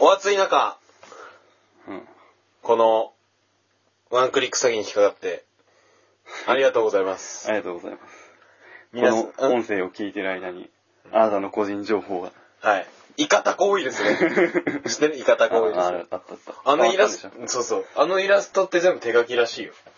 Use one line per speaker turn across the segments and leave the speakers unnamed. お暑い中、
うん。
この、ワンクリック詐欺に引っかかって、ありがとうございます。
ありがとうございます。 こ
皆さん
の音声を聞いてる間に、あなたの個人情報が。
はい。イカタコ 多いです ね。知ってるイカタ
あ
コ多いです
あ
ね。
あったあった。
あのイラ
あっ
ス
たでし
ト、そうそう。あのイラストって全部手書きらしいよ。
ょ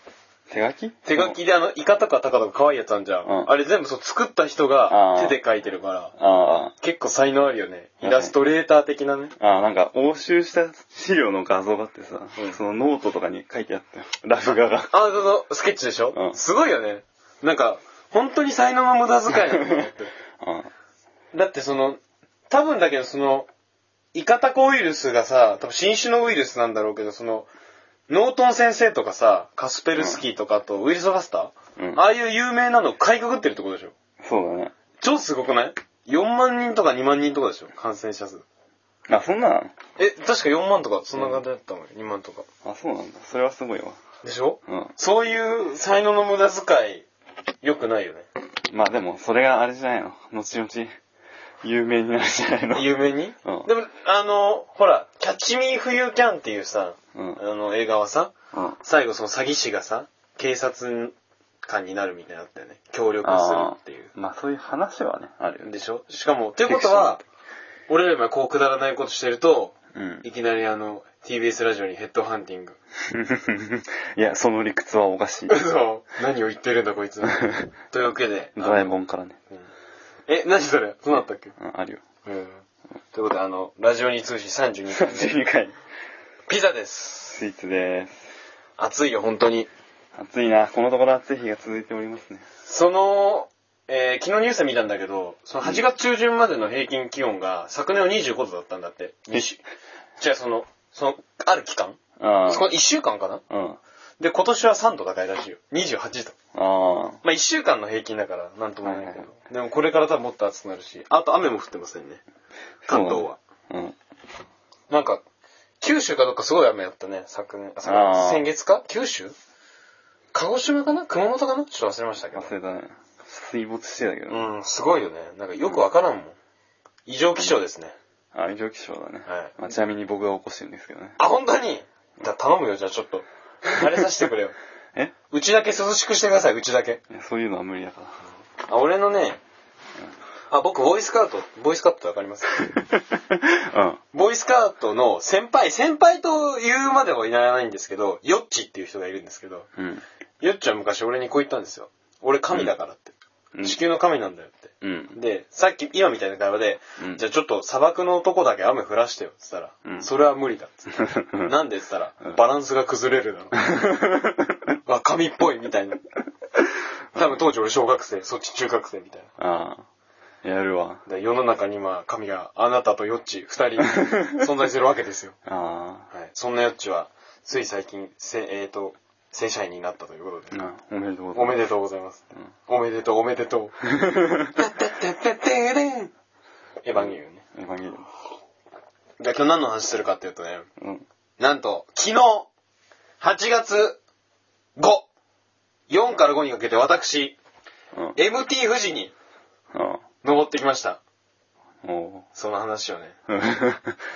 手書き
手書きであの、イカとかタカとか可愛いやつあんじゃん。
うん
あれ全部そう作った人
あ
が
ー
手で書いてるから、
あ
結構才能あるよね。
う
イ
ん
ラストレーター的なね。
あ。ああ、なんか、押収した資料の画像があってさ、
うん
そのノートとかに書いてあったよ。ラフ 画が。
あ、その、スケッチでしょ、
うん
すごいよね。なんか、本当に才能の無駄遣いだと思 って。
あ
だってその、多分だけどその、イカタコウイルスがさ、多分新種のウイルスなんだろうけど、その、ノートン先生とかさ、カスペルスキーとかあとウイルスバスター、
うん
ああいう有名なのを買いくぐってるってことでしょ
そうだね。
超すごくない ?4 万人とか2万人とかでしょ感染者数。
あ、そんななの
え、確か4万とか、そんな感じだったのよ、2万とか。
あ、そうなんだ。それはすごいわ。
でしょ
うん。
そういう才能の無駄遣い、良くないよね。
まあでも、それがあれじゃないの。後々、有名になるじゃないの。
有名に、
うん
でも、あの、ほら、キャッチミーフユーキャンっていうさ、
うん
あの映画はさ、
うん。
最後その詐欺師がさ、警察官になるみたいなのあったよね。協力するってい
あーまあそういう話はね、あるよ
う。
ね。
でしょしかも、ということは
フィク、
俺ら今こうくだらないことしてると、
うん。
いきなりあの、TBS ラジオにヘッドハンティング。
いや、その理屈はおかしい。
嘘何を言ってるんだこ いつ。というわけで。
ドラえもんからね。
え、何それそうだったっけ
うん、あるよ。
うん。ということで、あの、ラジオに通信32回目。
12回。
ピザです。
スイーツでーす。
暑いよ、本当に。
暑いな。このところ暑い日が続いておりますね。
その、えー昨日ニュース見たんだけど、その8月中旬までの平均気温が昨年は25度だったんだって。
え
じゃあその、その、ある期間
あ
そこ1週間かな
あ。うん。
で、今年は3度高いらしいよ。28度。
あ
まあ1週間の平均だから、なんとも言えないけ
はい
ど
は。
でもこれから多分もっと暑くなるし、あと雨も降ってませんね。関東は。
あ。うん。
なんか、九州かどっかすごい雨だったね、昨年。あ昨
あ
年
ー
先月か九州鹿児島かな熊本かなちょっと忘れましたけど。
忘れたね。水没してたけど。
うん、すごいよね。なんかよくわからんもん。異常気象ですね。
あ、異常気象だね。
はい
まあ、ちなみに僕が起こしてるんですけどね。
あ、本当にだ頼むよ、じゃあちょっと。慣れさせてくれよ。
え
うちだけ涼しくしてください、うちだけ。
いやそういうのは無理だから。
あ、俺のね、あ、僕、ボーイスカウト、ボーイスカウトってわかります
うん。
ボーイスカウトの先輩、先輩と言うまではいらないんですけど、ヨッチっていう人がいるんですけど、
うん。
ヨッチは昔俺にこう言ったんですよ。俺神だからって。
うん
地球の神なんだよって。
うん。
で、さっき、今みたいな会話で、
うん
じゃあちょっと砂漠の男だけ雨降らしてよって言ったら、
うん
それは無理だっつって。 なんでって言ったら、バランスが崩れるだろ。 わ、神っぽいみたいな。多分当時俺小学生、そっち中学生みたいな。
ああ。やるわ。
で世の中に今、神があなたとヨッチ二 人存在するわけですよ。
あ
はい。そんなヨッチは、つい最近、せえっ、と、正社員になったということで。
あ。なおめでとうござ
お
いま
めで
す。
とうございます。おめでとう、おめで とう。てってってれんエヴァンゲリオンね。
エヴァンゲリオン
じゃあ今日何の話するかっていうとね、
うん。
なんと、昨日、8月5、4から5にかけて私、
うん。
MT 富士に
あ
登ってきました。
あ。お
その話をね。
ー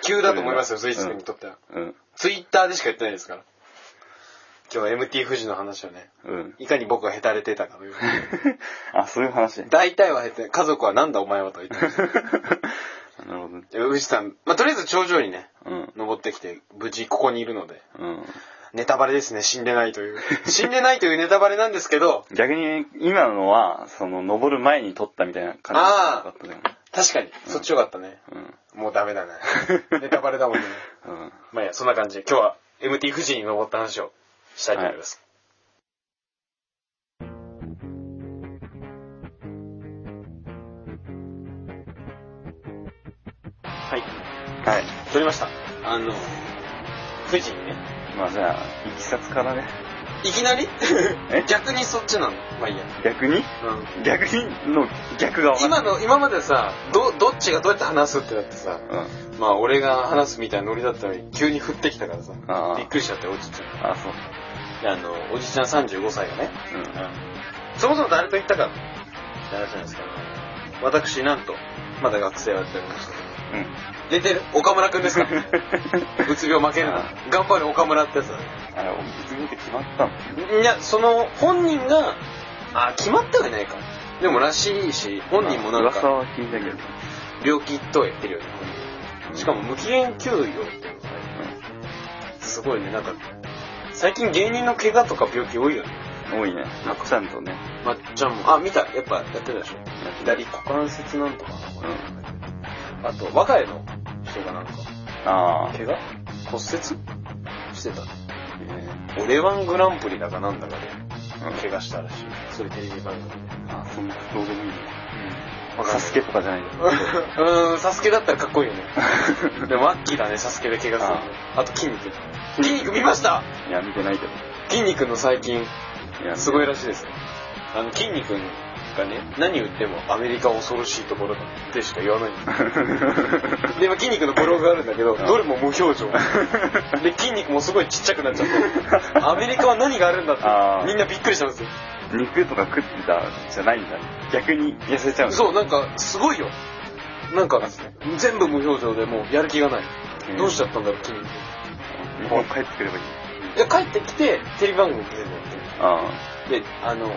急だと思いますよ、スイーツ君にとっては。
うん。
ツイッターでしか言ってないですから。今日は MT 富士の話をね、
うん。
いかに僕がヘタれてたか という。
あ、そういう話。 な
大体はヘタ、家族はなんだお前はと言ってました。
るほどね。
で富士山、まあ、とりあえず頂上にね、
うん。
登ってきて、無事ここにいるので、
うん。
ネタバレですね、死んでないという。死んでないというネ タバレなんですけど、
逆に、今のは、その、登る前に撮ったみたいな感じだ
あー
ったじゃん。
確かに、そっちよかったね。
うん。
もうダメだな。ネタバレだもんね。
うん。
まあいいや、そんな感じで、今日は MT 富士に登った話をしたいと思います。はい。
はい。
撮りました。あの、富士にね。
まあじゃあ、いきさつからね。
いきなり
え
逆にそっちなの。まあいいや。
逆に
うん
逆にの逆が分か
今の、今までさ、ど、どっちがどうやって話すってなってさ、
る。うん。
まあ俺が話すみたいなノリだったのに、急に降ってきたからさ、
あー
びっくりしちゃって、おじちゃん。
あ、そう。
であの、おじちゃん35歳がね、
うん。
そもそも誰と行ったかって話なんですけど、私なんと、まだ学生をやっておりまして、
うん。
出てる岡村くんですか うつ病負けるな。頑張る岡村ってやつだね。
あれ、お水見て決まったの
いや、その、本人が、あ、決まってはいないか。でもらしいし、本人もなん
噂
か、
は聞いたけど。
病気とは言ってるよね。しかも無期限休養っていうのがねすごいね、なんか、最近芸人の怪我とか病気多いよね。
うん。多いね。まっちゃんとね。
まっちゃんも、あ、見た、やっぱやってたでしょ。左
うん。
股関節なんとかなあと、若いの人がなんか、
ああ。
怪我骨折してた。
えー
オレワングランプリだかなんだかで、
うん
怪我したらしい。そういうテレビ番組で。
あ、そんな、どうでもいいね。
わかんない
サスケとかじ ゃないよ。
うーん、サスケだったらかっこいいよね。でも、アッキーだね、サスケで怪我するの
あ。
あと、筋肉。筋肉見ました
いや、見てないけど。
筋肉の最近、
いや、
すごい
い。
らしいですよ。あの、筋肉がね、何言ってもアメリカは恐ろしいところだってしか言わないんですで、今筋肉のブログがあるんだけど、
うん
どれも無表 情。で、筋肉もすごいちっちゃくなっちゃ って、アメリカは何があるんだ
あ
って、
ー
みんなびっくりしたんですよ。
肉とか食ってたじゃないんだね。逆に痩せちゃう
そう、なんか、すごいよ。なんか、全部無表情でもうやる気がない。
うん
どうしちゃったんだろう、筋肉。
日本帰ってくればいい。
で、帰ってきて、テレビ番組に出てるの
あ
で、あの、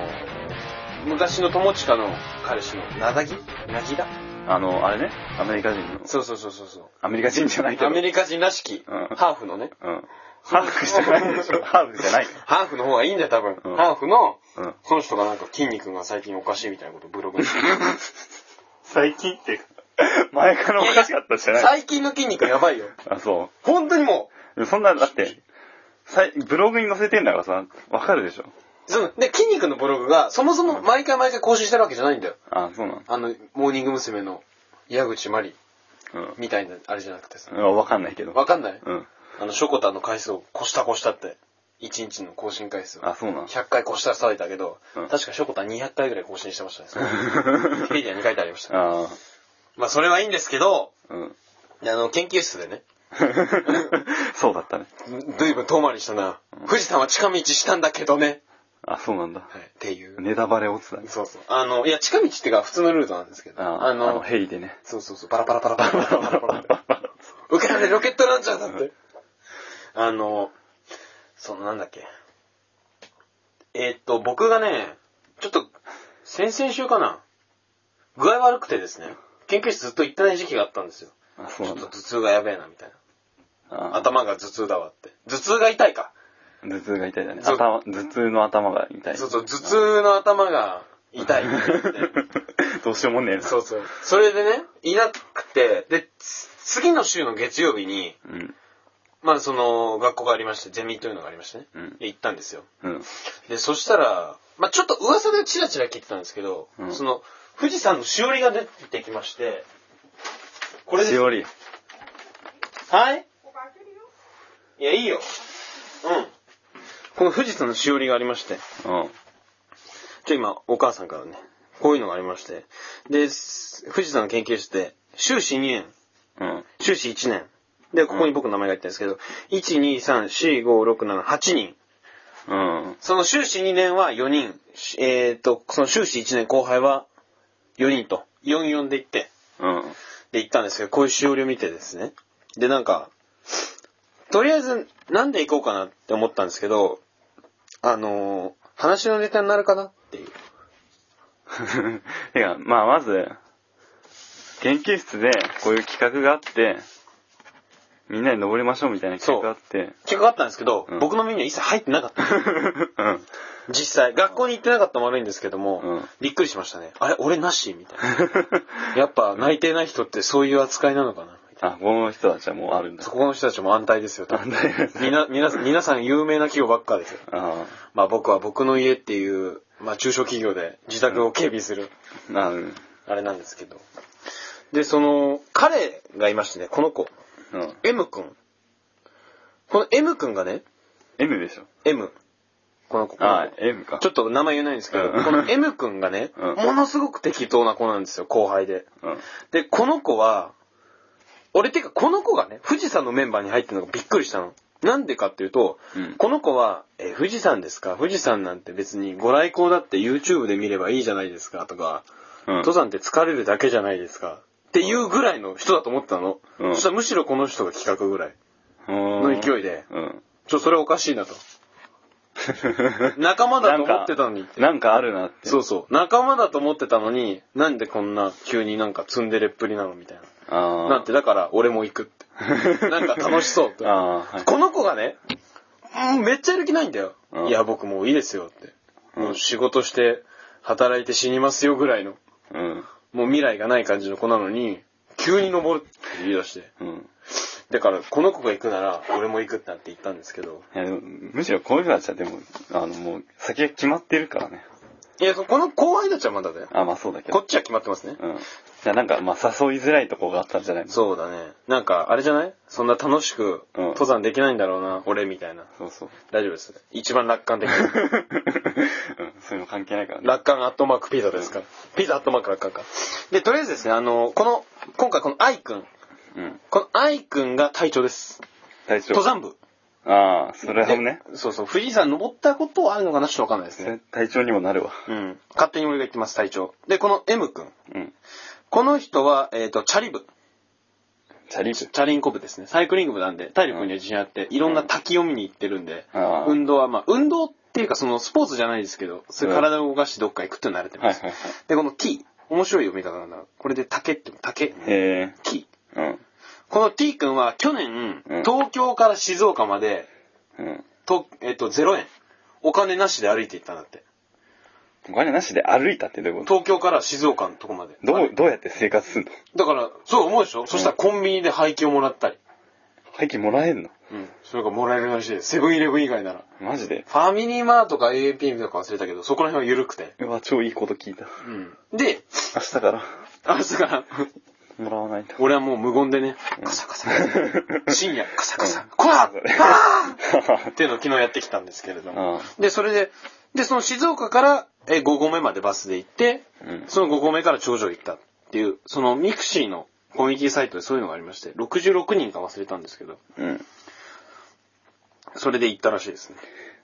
昔の友近の彼氏の、なだぎなぎだ
あ。あの、あれね。アメリカ人の。
そうそうそうそうそ
アメリカ人じゃないけ
う。
ど。
アメリカ人らしき、
うん
ハーフのね。
うん。ハーフじゃないでしょ。ハーフじゃない。
ハーフの方がいいんだよ、多分。
うん
ハーフの、
うん。
その人がなんか筋肉が最近おかしいみたいなことブログに。
最近って、前 からおかしかったじゃない
最近の筋肉やばいよ。
あ、そ
本当にも
う。そんな、だって、さいブログに載せてんだからさ、わかるでしょ。
う、その、で、筋肉のブログが、そもそも毎回毎回更新してるわけじゃないんだよ。
あ、そうなの。
あの、モーニング娘。の矢口まり
うん
みたいな、あれじゃなくてさ。
うん。わかんないけど。
わかんない
うん。
あの、ショコタンの回数を越した越したって、1日の更新回数を。
あ、そうなの。
100回越したら騒いだけど、
うん
確かショコタン200回ぐらい更新してましたね。 そのウィキペディアに書いてありました。
あ
まあ、それはいいんですけど、
あ。うん。
あの、研究室でね、
そうだったね。
ずいぶん遠回りしたな。富士山は近道したんだけどね。
あ、そうなんだ。
はい、っていう。
ネタバレ落ちたね。
そうそう。あの、いや、近道っていうか普通のルートなんですけど、
あ
あ
あの、
の、
ヘリでね。
そうそうそう、パラパラパラパラパラパラパラパラ。ウクライナロケットランチャーだって。あの、そのなんだっけ。えーっと、僕がね、ちょっと、先々週かな。具合悪くてですね、研究室ずっと行ってない時期があったんですよ。
あ、
ち
そう
ょ
な
っ
ん
と
だ
頭。痛がやべえな、みたいな。
あ
頭が頭痛だわって。頭痛が痛いか。
頭痛が痛いだね。
そう
頭、頭痛の頭が痛い。
そうそう、頭痛の頭が痛いって言って。
どうしようもねえ な。
そうそう。それでね、いなくて、で、つ次の週の月曜日に、
うん。
まあその、学校がありまして、ゼミというのがありましてね、
うん
で行ったんですよ。
うん。
で、そしたら、まあちょっと噂でチラチラ聞いてたんですけど、
うん
その、富士山のしおりが出てきまして、これで
し
す。
おり。
はいいや、いいよ。うん。この富士山のしおりがありまして、
うん。
ちょ、今、お母さんからね、こういうのがありまして、で、す富士山の研究室で、修士2年、
うん。
修士1年。で、ここに僕の名前が入ってるんですけど、1、2、3、4、5、6、7、8人。
うん。
その修士2年は4人。しえっ、と、その修士1年後輩は4人と。44で行って、
うん。
で行ったんですけど、こういうしおりを見てですね。で、なんか、とりあえず、なんで行こうかなって思ったんですけど、あのー話のネタになるかなっていう。
てか、まあまず、研究室でこういう企画があって、みんなで登りましょうみたいな企画があって、
結果あったんですけど、
うん
僕の耳には一切入ってなか った。 実際、学校に行ってなかったも悪いんですけども、
うん
びっくりしましたね。あれ、俺なしみたいな。やっぱ内定ない人ってそういう扱いなのかな
あ、この人たちはもうあるんだ
そ。この人たちも安泰ですよ、多分
安泰です
みな、みな、皆さん有名な企業ばっかですよ。
あ
まあ僕は僕の家っていう、まあ中小企業で自宅を警備する、
あ、なる。
あれなんですけど。で、その、彼がいましてね、この子、
うん。
M 君。この M 君がね、
M でしょ。
M。この子。
ああ、
この子
M か。
ちょっと名前言えないんですけど、
うん
この M 君がね、
うん
ものすごく適当な子なんですよ、後輩で。
うん。
で、この子は、俺てかこの子がね、富士山のメンバーに入ってるのがびっくりしたの。なんでかっていうと、
うん
この子は、えー富士山ですか富士山なんて別にご来光だって YouTube で見ればいいじゃないですかとか、
うん。
登山って疲れるだけじゃないですかっっていうぐらいの人だと思ってたの。
うん
そしたらむしろこの人が企画ぐらい
の
の勢いで、
うん。
ちょ、それおかしいなと。 仲間だと思ってたのにって。
なんかあるなって。
そうそう。仲間だと思ってたのに、なんでこんな急になんかツンデレっぷりなのみたい
あ
な。
あ。
なんて、だから俺も行く って。なんか楽しそうって。
あ あ、はい。
この子がね、うんめっちゃやる気ないんだよ。
うん
いや、僕もういいですよって。もう仕事して、働いて死にますよぐらいの、
うん。
もう未来がない感じの子なのに、急に登るって言い出して。
うん。
だから、この子が行くなら、俺も行くってなって言ったんですけど。
いやでもむしろこういう人たちはでも、あの、もう、先が決まってるからね。
いや、この後輩たちはまだだよ。
あ、まあそうだけ
こ
ど。
っちは決まってますね。
うん。じゃあなんか、まあ誘いづらいとこがあったんじゃないの
そうだね。なんか、あれじゃないそんな楽しく、
うん
登山できないんだろうな、俺みたいな。
そうそう。
大丈夫です。一番楽観的。
うん。そういうの関係ないからね。
楽観アットマークピザですから。ピザアットマーク楽観か。で、とりあえずですね、あの、この、今回このアイくん。
うん。
このアイくんが隊長です。
大丈夫。
登山部。
ああ、それはね。
でそうそう、富士山登ったことはあるのかなちょっとわかんないです
そ
ね。
れ体調にもなるわ。
うん。勝手に俺が言ってます、隊長。で、この M くん。
うん。
この人は、えっ、と、チャリ部。
チャリ
チ
ブ。
ャリンコ部ですね。サイクリング部なんで、体力には自信あって、いろんな滝を見に行ってるんで、
あー
運動は、まあ、運動っていうか、その、スポーツじゃないですけど、そういう体を動かしてどっか行くっていうのは慣れて
は
ま
い
す。
はいはい。
で、この T、面白い読み方なんだ。これで竹って、竹、
へえ。
T。
うん。
この T 君は去年、
うん
東京から静岡まで、
うん。
と、えっ、と、0円。お金なしで歩いて行ったんだって。
お金なしで歩いたってどういうこと
東京から静岡のとこまで。
どう、どうやって生活すんの
だから、そう思うでしょ、そしたらコンビニで廃棄をもらったり。
廃棄もらえんの
うん。それがもらえるらしいです。セブンイレブン以外なら。
マジで
ファミリーマートか AAP とか忘れたけど、そこら辺は緩くて。
うわ、超いいこと聞いた。
うん。で、
明日から、
あ、そから、
もらわないと。
俺はもう無言でね、カサカサ、深夜、カサカサ、こらあーっていうのを昨日やってきたんですけれども。で、それで、で、その静岡からえ5合目までバスで行って、
うん
その5合目から頂上行ったっていう、そのミクシーのコミュニティサイトでそういうのがありまして、66人か忘れたんですけど、
うん。
それで行ったらしいですね。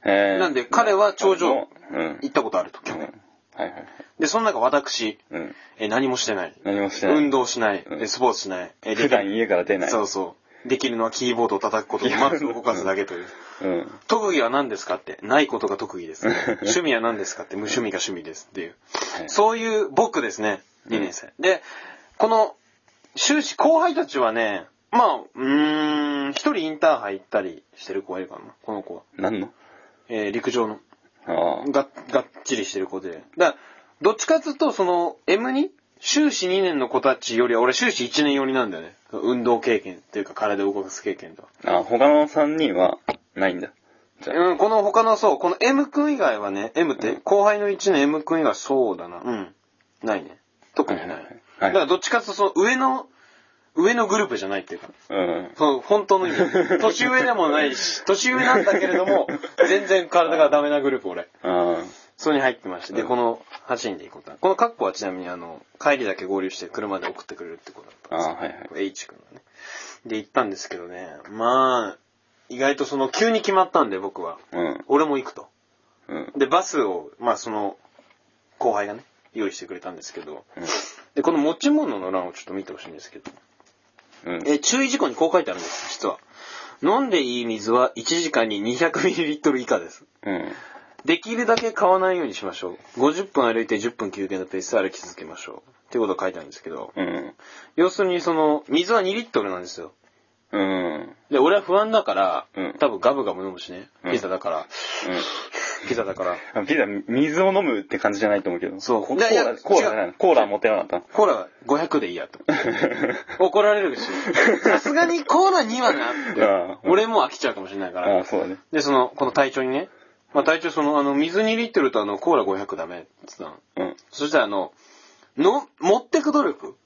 えー、
なんで彼は頂上
うん。うん。
行ったことあると、去
はい
年。
はいはい。
で、その中私、
うん。
え何もしてない。
何もしてない。
運動しない、
うん
えスポーツしない、え
普段家から出ない。
そうそう。できるのはキーボードを叩くこと とマウスを動かすだけという。
うん。
特技は何ですかって、ないことが特技です。趣味は何ですかって、無趣味が趣味ですっていう。
はい
そういう僕ですね、2年生。で、この、終始後輩たちはね、まあ、うーん、一人インターハイ行ったりしてる子がいるかな、この子は。
何の
えー陸上の。
あ
が、がっちりしてる子で。だからどっちかっていうと、その、M2? 修士2年の子たちよりは、俺修士1年寄りなんだよね。運動経験っていうか、体を動かす経験とは。
あ。あ、他の3人は、ないんだ。じゃあ、
うん、この他のそう、この M 君以外はね、M って、後輩の1年 M 君以外はそうだな。うん。ないね。特にない。
はいはいはいは
だ
い
からどっちかっていうと、その上の、上のグループじゃないっていうか、
うん。
その本当の意味。年上でもないし、年上なんだけれど も、全然体がダメなグループ俺。
あ
それに入ってまして。で、
うん
この8人で行こうと。このカッコはちなみにあの、帰りだけ合流して車で送ってくれるってことだった
あ。あ
ん
あ、はいは
で
い
す。よ。H 君がね。で、行ったんですけどね。まあ、意外とその急に決まったんで僕は。
うん。
俺も行くと。
うん。
で、バスを、まあその、後輩がね、用意してくれたんですけど。で、この持ち物の欄をちょっと見てほしいんですけど。
うん。うん。
えー注意事項にこう書いてあるんです、実は。飲んでいい水は1時間に 200ml 以下です。
うん。
できるだけ買わないようにしましょう。50分歩いて10分休憩のペースで歩き続けましょう。っていうことが書いてあるんですけど、
うん。
要するにその、水は2リットルなんですよ。
うん。
で、俺は不安だから、
うん
多分ガブガブ飲むしね。
うん
ピザだから、ピザだから。
うん。ピザ、水を飲むって感じじゃないと思うけど。
そう
コ
いやい
ー
や
ラ、コーラじゃないのコーラ持ってな かっ
コーラ500でいいやと。怒られるし。さすがにコーラ2は なって。
うん
俺もう飽きちゃうかもしれないか
た
ら。
ああ、そうだね。
で、その、この隊長にね、まあ隊長その、あの、水2リットルとあの、コーラ500ダメって言ってたの。
うん。
そしたらあの、の、持ってく努力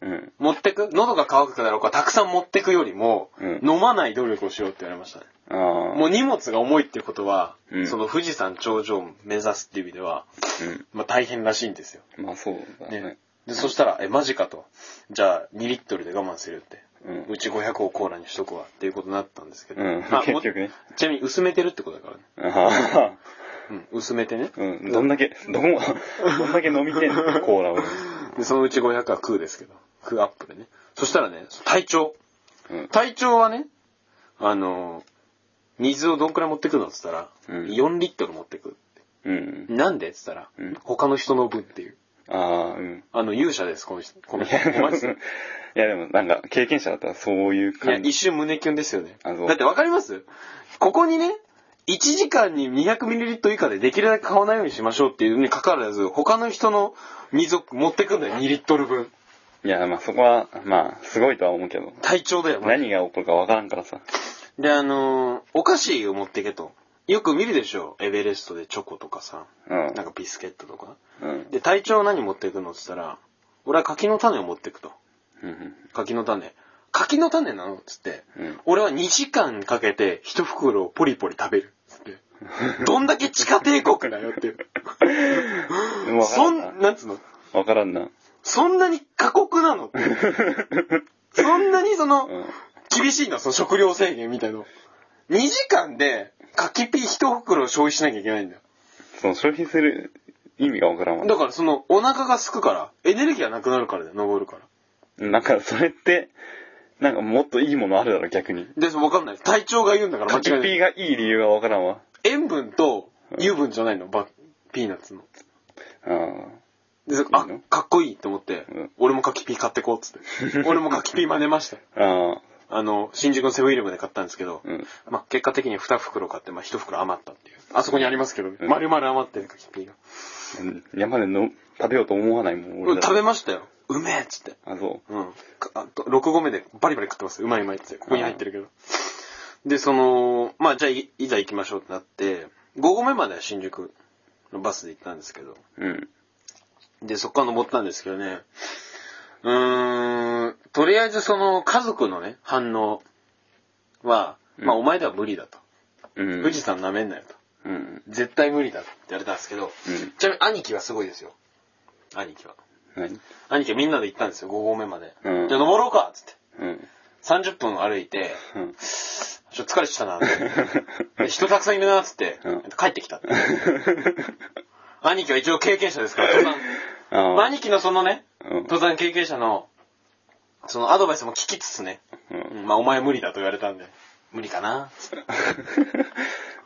うん。
持ってく喉が渇くだろうからたくさん持ってくよりも、
うん
飲まない努力をしようって言われましたね。
ああ。
もう荷物が重いっていうことは、
うん
その富士山頂上を目指すっていう意味では、
う
まあ大変らしいんですよ。
ん。まあそうだね。
ね。で、そしたら、え、マジかと。じゃあ、2リットルで我慢するって。
うん
うち500をコーラにしとくわっていうことになったんですけど。
うん
まあも
結局ね
ちなみに薄めてるってことだからね。
ああ。
うん、薄めてね。
うん。どんだけ、どん、どんだけ飲みてんのコーラを。
で、そのうち500は空ですけど、空アップでね。そしたらね、体調。
うん。
体調はね、あのー水をどんくらい持ってくのって言ったら、
うん
4リットル持ってくって。
うん。
なんでって言ったら、
うん
他の人の分っていう。
ああ、うん。
あの、勇者です、この人。この
い
人。
や、
マジで
でもなんか、経験者だったらそういう
いや、
感じ。
一瞬胸キュンですよね。
あそう
だってわかりますここにね、1時間に 200ml 以下でできるだけ買わないようにしましょうっていうのにかかわらず、他の人の水を持ってくんだよ、2リットル分。
いや、まあそこは、まあ、すごいとは思うけど。
体調だよ、マジ
何が起こるかわからんからさ。
で、あのーお菓子を持ってけと。よく見るでしょエベレストでチョコとかさ、
うん。
なんかビスケットとか。
うん。
で、体調何持ってくのって言ったら、俺は柿の種を持ってくと。
うん。
柿の種。柿の種なのっつって、
うん
俺は2時間かけて一袋をポリポリ食べる。つ って。どんだけ地下帝国だよっていう。
うんわから
そ、。
んなん
なんつうの
わからんな。
そんなに過酷な のっていう。そんなにその、
うん。
厳しいんだ、その食料制限みたいの。2時間で柿ピー一袋消費しなきゃいけないんだよ。
その消費する意味がわからんわ。
だからその、お腹が空くから、エネルギーがなくなるからだよ、登るから。
なんか、それって、なんかもっといいものあるだろ、逆に。
で、わかんない。体調が言うんだから
カキ
間違い
ピ
ない。
ーがいい理由がわからんわ。
塩分と油分じゃないの、ばピーナッツの。
うん。
で
の
あ、かっこいいって思って、
うん
俺も柿ピー買ってこうっつって。 俺も柿ピー真似ました。
ああ、
あの、新宿のセブンイレブンで買ったんですけど、
うん。
まあ、結果的に2袋買って、まあ、1袋余ったっていう。あそこにありますけど、
うん
丸々余ってる柿ピーが。
うん山での食べようと思わないもん、
う
俺
ん
だ
食べましたよ。うめえっつって。
あ、そ
うん。かあと6合目でバリバリ食ってます。うまいうまいっつって。ここに入ってるけど。で、その、まあ、じゃあい、いざ行きましょうってなって、5合目までは新宿のバスで行ったんですけど、
う。うん。
で、そこから登ったんですけどね。うーん、とりあえずその家族のね、反応は、
うん
まあお前では無理だと。
うん。
富士山舐めんなよと。
うん。
絶対無理だって言われたんですけど、
うん
ちなみに兄貴はすごいですよ。兄貴は。
何
兄貴はみんなで行ったんですよ、5合目まで。
うん
じゃあ登ろうかっつって。
うん。
30分歩いて、
うん。
ちょっと疲れてきたな って。で人たくさんいるなっつって、
うん
帰ってきたって。兄貴は一応経験者ですから、 登山。
あ
まあ
あ。
兄貴のそのね、
うん
登山経験者の、そのアドバイスも聞きつつね、
うん
うんまあお前無理だと言われたんで、無理かな、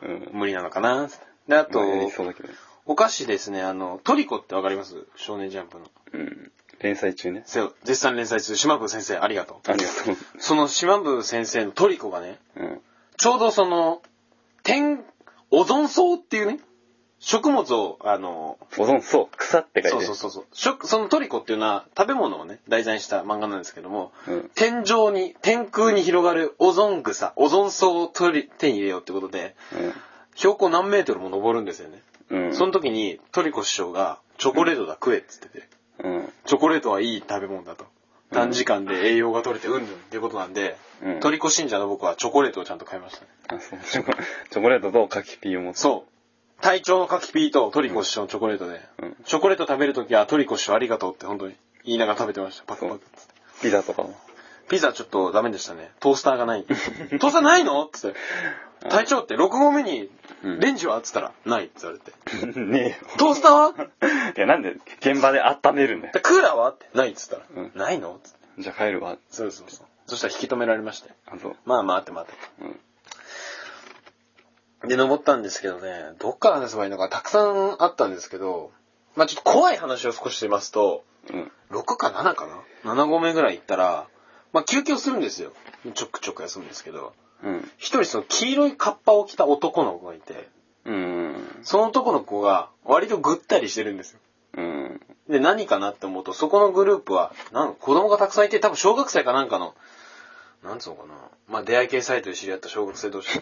うん。
無理なのかな、で、あと
まあ、やりそうだけど。
お菓子ですね、あの、トリコってわかります少年ジャンプの。
うん。連載中ね。
せよ絶賛連載中、島部先生ありがとう。
ありがとう。
その島部先生のトリコがね、
うん。
ちょうどその、天、オゾン層っていうね、食物を、あの、
保存、そう、草って書
そ
いうて。
そうそうそう食。そのトリコっていうのは食べ物をね、題材にした漫画なんですけども、
うん
天井に、天空に広がるオゾン草、オゾン層を取り手に入れようってことで、標高何メートルも登るんですよね。
うん。うん。
その時にトリコ師匠が、チョコレートだ食えっつってて、
うん。
チョコレートはいい食べ物だと。短時間で栄養が取れてうんぬんっていうことなんで、
うん
トリコ信者の僕はチョコレートをちゃんと買いましたね。
あ、そう、チョコ、 チョコレートとカキピーを持つ。
そう。隊長のカキピーとトリコ師匠のチョコレートで、
うん
チョコレート食べるときはトリコ師匠ありがとうって本当に言いながら食べてました。パクパクっつって。
ピザとかも。
ピザちょっとダメでしたね。トースターがない。ト ースターないのっつって。隊長って6合目に
うん
レンジはっつったら、ないって言われて。
ね
トースター は
えよ。いや、なんで、現場で温めるんだよ。
でクーラーはって。ないっつったら、
うん
ないのっつって。
じゃあ帰るわ。
そうそうそう。そしたら引き止められまして。
あ、そう。
まあ待って待って。
うん。
で、登ったんですけどね、どっから話せばいいのか、たくさんあったんですけど、まあちょっと怖い話を少ししますと、
うん。
6か7かな ?7 合目ぐらい行ったら、まあ休憩をするんですよ。ちょくちょく休むんですけど、
うん。
一人その黄色いカッパを着た男の子がいて、
うん。
その男の子が割とぐったりしてるんですよ。
うん。
で、何かなって思うと、そこのグループは、なん子供がたくさんいて、多分小学生かなんかの、なんつうのかなまあ出会い系サイトで知り合った小学生 同士。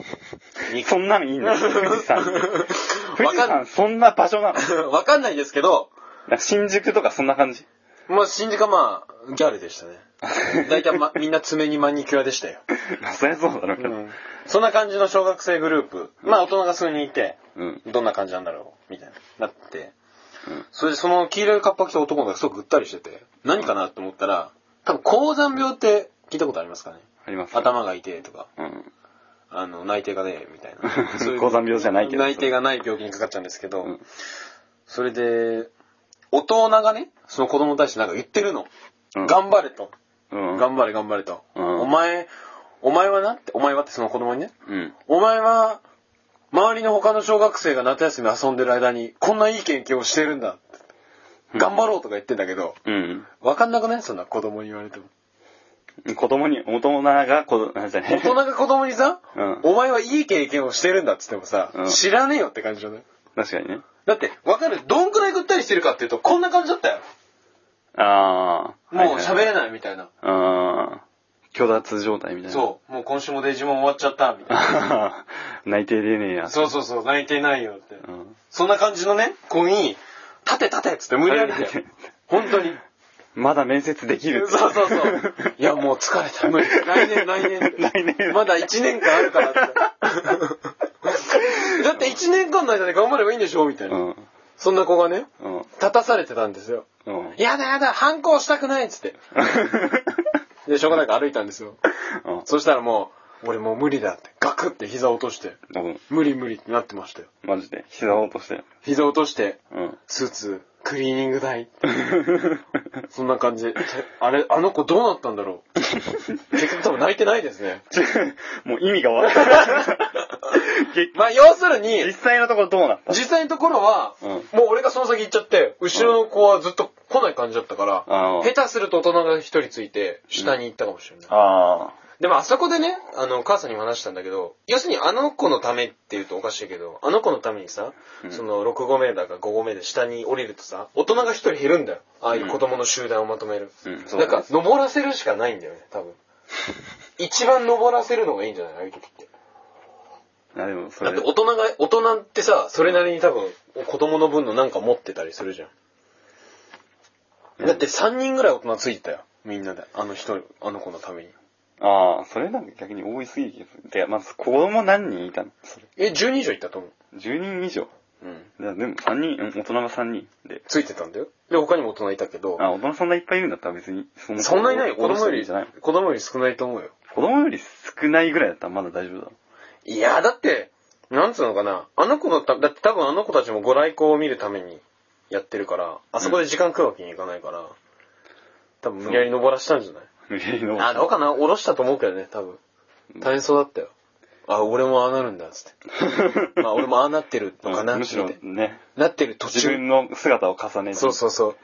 に
そんなのいいんだよ、富 士山。富士山、そんな場所なのなん
わかんないですけど、
か新宿とかそんな感じ。
まあ、新宿はまあ、ギャルでしたね。大体、ま、みんな爪にマニキュアでしたよ。
まあ、そりゃそうだろうけ
う
ど。
ん。そんな感じの小学生グループ。まあ、大人が数人いて、
うん。
どんな感じなんだろう、みたいな。なって
うん。
それで、その黄色いカッパ着た男の子がすごくぐったりしてて、何かなって思ったら、多分、高山病って聞いたことありますかね
あります。。
頭が痛いとか、
うん。
あの、内定がねえ、みたいな。
高山病じゃないけど
内定がない病気にかかっちゃうんですけど、
うん
それで、大人がね、その子供に対してなんか言ってるの。
うん
頑張れと。
うん。
頑張れ頑張れと。
うん
お前、お前はなって、お前はってその子供にね。
うん。
お前は、周りの他の小学生が夏休み遊んでる間に、こんないい研究をしてるんだ。頑張ろうとか言ってんだけど、
うん。
わかんなくないそんな子供に言われても。
子供に、大人が子供、なんじゃね
大人が子供にさ、
うん
お前はいい経験をしてるんだっつってもさ、
うん
知らねえよって感じじゃない
確かにね。
だって、わかるどんくらいぐったりしてるかっていうと、こんな感じだったよ。
ああ。
もう喋
る。
れないみたいな。
ああ。虚脱状態みたいな。 う。
そう。もう今週もデジモン終わっちゃった、みたい
内定出ねえや。
な。そうそうそう、泣いてないよって。
うん。
そんな感じのね、子に、立て立てっつって無理やりだよ
立て立て。
本当に。
まだ面接できる。
そうそう そう。 いや、もう疲れた。無理。来年、来年って。
来年
まだ1年間ある からって。だって1年間の間で頑張ればいいんでしょみたいうな。
ん。
そんな子がね、
うん。
立たされてたんですよ。
うん。
やだやだ、反抗したくないっつ って。で、しょうがなく歩いたんですよ。
うん
そしたらもう、俺もう無理だって、ガクって膝落として、
うん。
無理無理ってなってましたよ。
マジで。膝を落として。
膝落として、
うん。
スーツ、クリーニング代。そんな感じ。あれ、あの子どうなったんだろう。結局多分泣いてないですね。
もう意味がわからない。結
まあ、要する
実
に、
際のところどうなった
実際のところは、
うん
もう俺がその先行っちゃって、後ろの子はずっと来ない感じだったから、
あー
下手すると大人が一人ついて、下に行ったかもしれない。
あ
でもあそこでね、あの、母さんにも話したんだけど、要するにあの子のためって言うとおかしいけど、あの子のためにさ、
うん
その6 5メーターか5 5メーター下に降りるとさ、大人が一人減るんだよ。ああいう子供の集団をまとめる。
うんそう
な
だね
んか、登らせるしかないんだよね、多 分。一番登らせるのがいいんじゃないああいう時って。
あ。でもそ
だっ
れ
て。大人が、大人ってさ、それなりに多分、子供の分のなんか持ってたりするじゃん。だって3人ぐらい大人ついてたよ。みんなで。あの人、あの子のために。
ああ、それなんか逆に多いすぎるけど。いや、まず子供何人いたのそれ。
え、10人以上いったと思う。
10人以上。
うん。
いやでも3人、うん大人が3人で。
ついてたんだよ。で、他にも大人いたけど、
あ、大人そんないっぱいいるんだったら別に。そ
そんないないよ。子
子
供
供
よ
より
り、
じゃない。
子供より少ないと思うよ。
子供より少ないぐらいだったらまだ大丈夫だろ。
いや、だって、なんつうのかな。あの子のた、だって多分あの子たちもご来光を見るためにやってるから、あそこで時間食うわけにいかないから、多分無理やり登らしたんじゃない
無理やりの。
あ、どうかな下ろしたと思うけどね、多分。大変そうだったよ。あ、俺もああなるんだ、つ って。まあ、俺もああなってるのかな、
うん
み
む
た
し
いな
ろ。ね、
なってる途
自
中
分の姿を重ねて。
そうそう そう。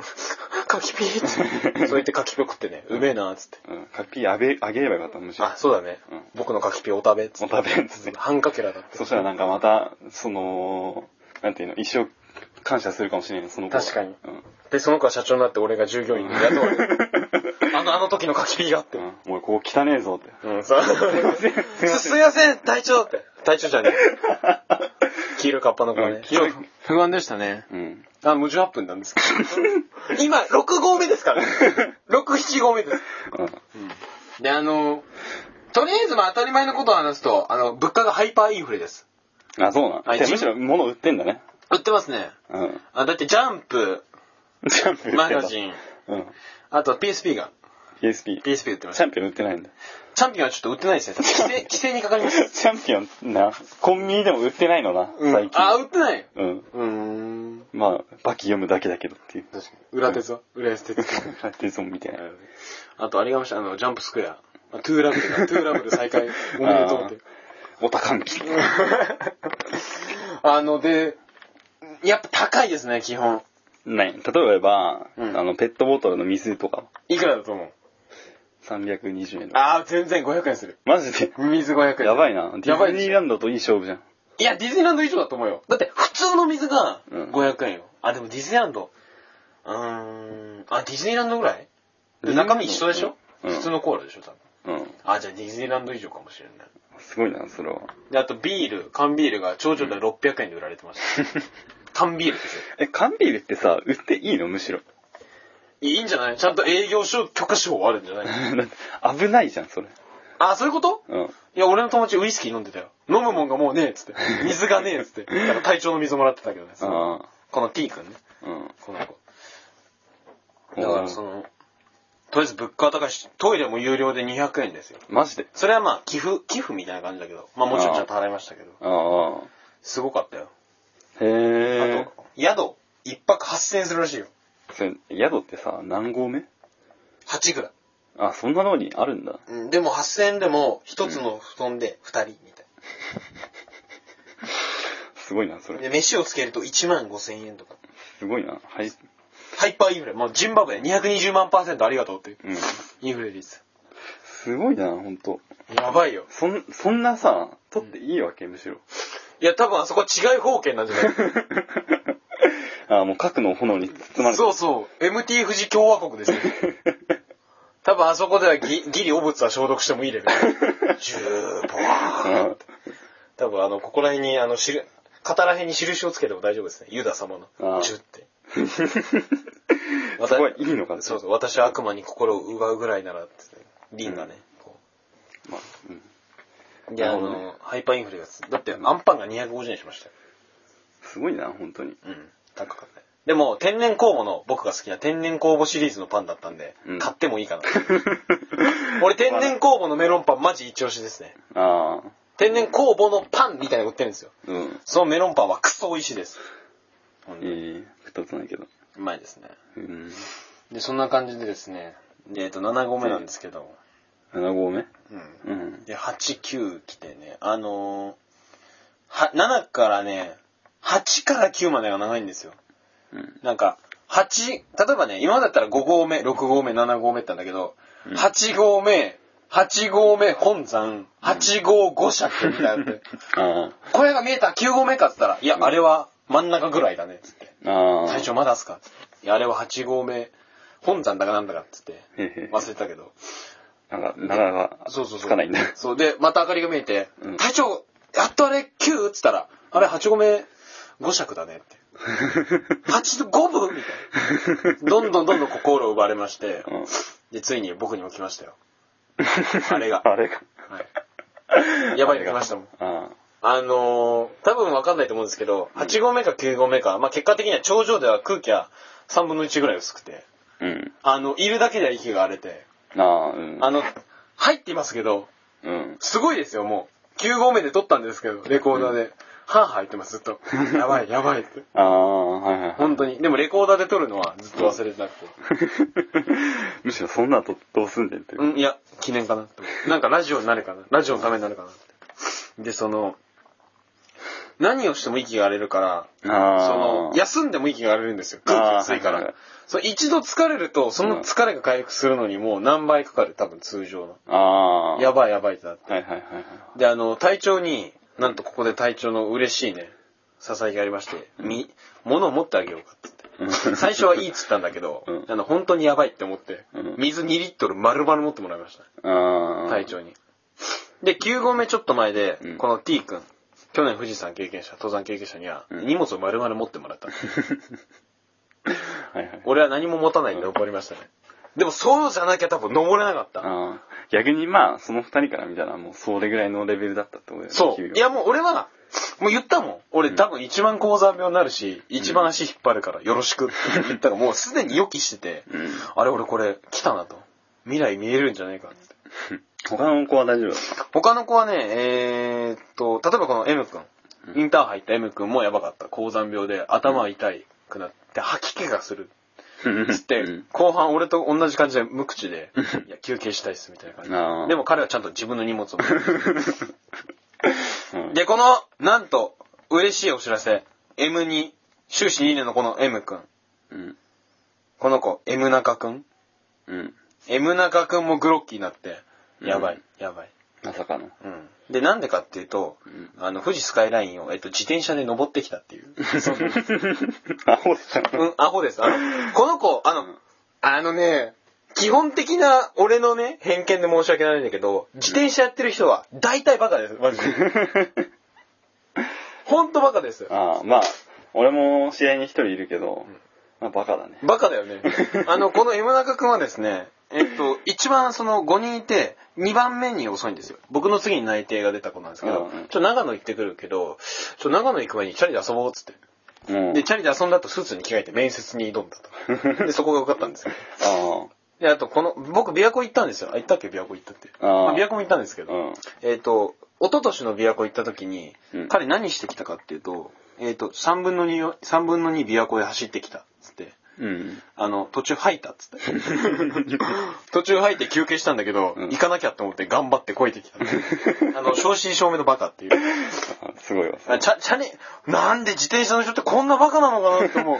カキピーって。そう言ってカキピョクってね、うめえな、つって。
うん。カピあげ、あげればよかった、むしろ。
あ、そうだね。
うん
僕の柿ピーお食べっつ
お
って。
食べんつって。
ハンカケラだって。
そしたらなんかまた、その、なんていうの、一生感謝するかもしれないその子は
確かに
うん。
で、その子は社長になって俺が従業員で雇われる。あの、あの時の柿ピーがあって
う。ん。もうここ汚ねえぞって。
うん、 そう。
すいません
すすいません、隊長って。隊長じゃ ねえ。黄色いカッパの子が
う
ね
ん。黄色い
不安でしたね。
うん。
あ、もう18分なんですけど。 今、6号目ですから、ね。6、7号目です。
う
で、あの、とりあえずまあ当たり前のことを話すと、あの、物価がハイパーインフレです。
ん。あ、そうなん。
あ
いや
一
むしろ物売ってんだね。
売ってますね。
うん。
あ、だってジャンプ、
ジャンプ売ってんだ。
マガジン、
うん。
あとは PSP が、
PSP。チ
PSP 売ってます。
ャンピオン売ってないんだ。
チャンピオンはちょっと売ってないですね。規 制、規制にかかります。
チャンピオンな、コンビニでも売ってないのな、最近。
あ、売ってない。
うん。
うーん。
まあ、バキ読むだけだけどっていう。
確かに。裏鉄は裏安鉄。
や ってるぞみたいな。
あと、あれがました、あの、ジャンプスクエア。あトゥーラブルが、トゥーラブル再 開、おめでとうって。
おたかんき。
あの、で、やっぱ高いですね、基本。
ね、例えば、
うん
あの、ペットボトルの水とか、
いくらだと思う
320円の。
ああ、全然500円する。
マ ジで。
水500円。
やばいな。デ
やば
ィ
い
ズニーランドといい勝負じゃん。
いや、ディズニーランド以上だと思うよ。だって、普通の水が
うん
500円よ。あ、でもディズニーランド。うーん。あ、ディズニーランドぐらい
ディ
で
ズニーラ
中
ン
身
ド
一緒でしょ、
うん
普通のコーラでしょ、多分。
うん。
あ、じゃあディズニーランド以上かもしれない。
すごいな、それは。
で、あとビール、缶ビールが頂上で600円で売られて ました。缶ビールですよ。
え、缶ビールってさ、売っていいのむしろ。
いいんじゃないちゃんと営業所許可証あるんじゃな い
だって危ないじゃん、それ。
あ、そういうこと
うん。
いや、俺の友達ウイスキー飲んでたよ。飲むもんがもうねえっつって。水がねえっつって。だから体調の水もらってたけどね。
あ
この T 君ね。
あ。うん。
この子。だからその、とりあえず物価は高いし、トイレも有料で200円ですよ。
マジで。
それはまあ、寄付、寄付みたいな感じだけど、まあもちろんちゃんと払いましたけど、
ああ。
すごかったよ。
へえ
あ。と、宿、一泊8000円するらしいよ。
それ宿ってさ、何合目
8ぐらい。
あ、そんなのにあるんだ。
うん、でも8000円でも一つの布団で2人みたい
すごいな、そ
な。
れ。
で、飯をつけると1万5000円とか。
すごいな。はい。
ハイパーインフレ。まあ、ジンバブエ220万パーセントありがとうっていう。
うん。
インフレ率。
すごいな、ほんと。
やばいよ。
そん、そんなさ、取っていいわけ、むしろ。
いや、多分あそこ違い方形なんじゃない
あ、もう核の炎に包まれて
そうそう。MT 富士共和国です よ。多分あそこではギギリ汚物は消毒してもいいレベ ル。ジューポワーン多分あの、ここら辺に、あの、しる、肩ら辺に印をつけても大丈夫ですね。ユダ様
あ
の。
あ
ジュ って。
うん。そこはいいのかって
そうそう。私は悪魔に心を奪うぐらいならって、リンがね。こ
まあ、うん。
うで、あ
なるほど
の、ハイパーインフレがつ、だってアンパンが250円しましたよ。
すごいな、本当に。
うん。高かったね。でも、天然酵母の、僕が好きな天然酵母シリーズのパンだったんで、
うん
買ってもいいかな。 俺、天然酵母のメロンパン、マジ一押しですね。
ああ、
天然酵母のパンみたいなの売ってるんですよ。
うん。
そのメロンパンはクソ美味しいです。ほんとに
いい、二つないけど。
うまいですね。
うん。
で、そんな感じでですね、えっ、と、7合目なんですけど、
7合目
うん。
うん。
で、8、9来てね、あのーは、7からね、8から9までが長いんですよ。
うん。
なんか、8、例えばね、今までだったら5合目、6合目、7合目ってんだけど、
うん
8合目、8合目本山、8合5尺み たいなって。
あ
これが見えた9合目かっつったら、いや、あれは真ん中ぐらいだね、つって。
あ、ああ。
最初まだっすかっつっていや、あれは8合目、本山だかなんだかっつって、
へへ。
忘れたけど。
なんか、なかなか、
そうそうそう。
つかないんだ。
そう。で、また明かりが見えて、
うん
隊長、やっとあれ 9? っつったら、あれ8合目5尺だねって。8と5分みたいな。どんどんどんどん心を奪われまして、
うん。
で、ついに僕にも来ましたよ。あれが
あれが。
はい。やばいの来ましたもん。
あ
あのー、多分わかんないと思うんですけど、8合目か9合目か、まあ、結果的には頂上では空気は3分の1ぐらい薄くて、
あ。うん。
あの、いるだけでは息が荒れて、
ああ、うん。
あの、入っていますけど、
うん。
すごいですよ、もう。9合目で撮ったんですけど、レコーダーで。ハンハン入ってます、ずっと。やばい、やばいって。
ああ、はいはいはい。
本当に。でもレコーダーで撮るのはずっと忘れてなくて。
むしろそんなとどうすんでんって。
うん、いや、記念かなって思う。なんかラジオになるかな。ラジオのためになるかなって。で、その、何をしても息が荒れるから、
ああ。
その、休んでも息が荒れるんですよ。空気が薄いか
あーはいはいは
ら
い。
そう一度疲れると、その疲れが回復するのにもう何倍かかる、多分通常の。
ああ。
やばいやばいってなって
はいはいはいはい。
で、あの、隊長に、なんとここで隊長の嬉しいね、支えがありまして、み、物を持ってあげようかって言って。最初はいいっつったんだけど、
うん
あの、本当にやばいって思って
うん、
水2リットル丸々持ってもらいました、
ああ。
隊長に。で、9合目ちょっと前で
う、ん
この T 君、去年富士山経験者、登山経験者には、
うん
荷物を丸々持ってもらった。
はいはい。
俺は何も持たないんで怒りましたね。でもそうじゃなきゃ多分登れなかった。
ああ。逆にまあ、その二人から見たらもうそれぐらいのレベルだったってことだよね
そう。
君はい
やもう俺は、もう言ったもん。俺多分一番高山病になるし、一番足引っ張るからよろしくって言ったらもうすでに予期してて、
うん。
あれ俺これ来たなと。未来見えるんじゃねえかって。
他の子は大丈夫だった。
他の子はね、えー、っと、例えばこの M 君、
うん
インターハイ行った M 君もやばかった。高山病で頭痛いくなって吐き気がする。つって、
うん
後半俺と同じ感じで無口で、いや休憩したいっすみたいな感じで
あー。
でも彼はちゃんと自分の荷物を持って
うん、
で、この、なんと、嬉しいお知らせ。M2、終始2年のこの M くん。
うん。
この子、M 中くん。
うん。
M 中くんもグロッキーになって、
うん
やばい、やばい。
まさかの。
うん。で、なんでかっていうと、
ん
あの、富士スカイラインを、えっと、自転車で登ってきたって いう。そう
アホじゃん。
うん、アホです。あの、この子、あの、あのね、基本的な俺のね、偏見で申し訳ないんだけど、自転車やってる人は大体バカです、マジで。ほんとバカです。
ああ、まあ、俺も試合に一人いるけど、まあバカだね。
バカだよ ね。あの、この M 中くんはですね、えっと、一番その5人いて、2番目に遅いんですよ。僕の次に内定が出た子なんですけど、
うんうん
ちょ、長野行ってくるけど、ちょ、長野行く前にチャリで遊ぼうっつって。
うん。
で、チャリで遊んだ後スーツに着替えて面接に挑んだと。で、そこが良かったんですよ。
あ
で、あと、この、僕、琵琶湖行ったんですよ。あ、行ったっけ琵琶湖行ったって。
あー
まあ琵琶湖も行ったんですけ
あ。
ど、
うん。
えっ、と、一昨年の琵琶湖行った時に、
うん
彼何してきたかっていうと、えっ、と、3分の2を、3分の2琵琶湖へ走ってきた。つって。
うん。
あの、途中吐いたっつって。途中吐いて休憩したんだけど、
うん
行かなきゃって思って頑張ってこいてきた。あの、正真正銘のバカっていう。
あすごいわ。
あちゃ、ちゃね、なんで自転車の人ってこんなバカなのかなって思 う。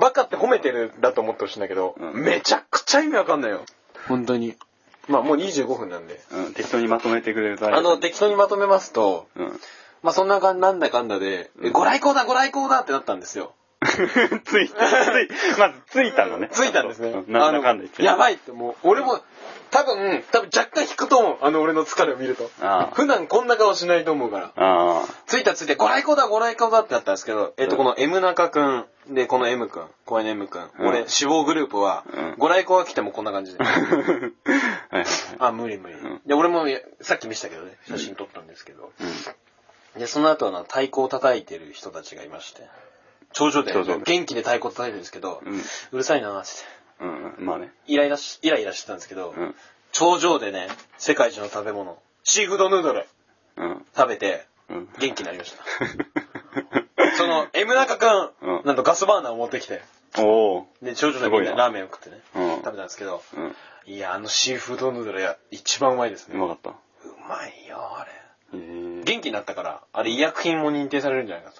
バカって褒めてるだと思ってほしいんだけど、
うん
めちゃくちゃ意味わかんないよ。本当に。まあもう25分なんで。
うん、適当にまとめてくれるとあり
あ
がたい
の、、適当にまとめますと、
うん。
まあそんなかんなんだかんだで、えご来光だご来光だってなったんですよ。
つい、つい、まずついたのね。
ついたんですね
う。なんだかんだ言っ
あ
て。
のやば
い。
いってもう、俺も、多分、多分若干引くと思う。あの俺の疲れを見ると
あ。あ
普段こんな顔しないと思うから。
あ
ついたついて、ご来光だご来光だってなったんですけど、えっと、この M 中くん、で、この M くん、公園の M くん、
うん
俺、死亡グループは
うん、
ご来光が来てもこんな感じで
あ。。はいはいはい。
あ、無理無理
うん。
で、俺もいや、さっき見せたけどね、写真撮ったんですけど。で、その後はな、太鼓を叩いてる人たちがいまして。頂上で
頂上で、
元気で太鼓叩いてるんですけど、
うん
うるさいなーって。
うん。うん。まあね。
イライラし、イライラしてたんですけど、
うん。
頂上でね、世界一の食べ物、シーフードヌードル
うん。
食べて、
うん。
元気になりました。その、M 中くん、
うん
なんとガスバーナーを持ってきて、
おお。
で、頂上でみん
すごい
な
な
ラーメンを食ってね、
うん
食べたんですけど、
うん。
いや、あのシーフードヌードルや、一番うまいですね。
うまかった。
うまいよ、あれ。
えー
元気になったから、あれ医薬品も認定されるんじゃないか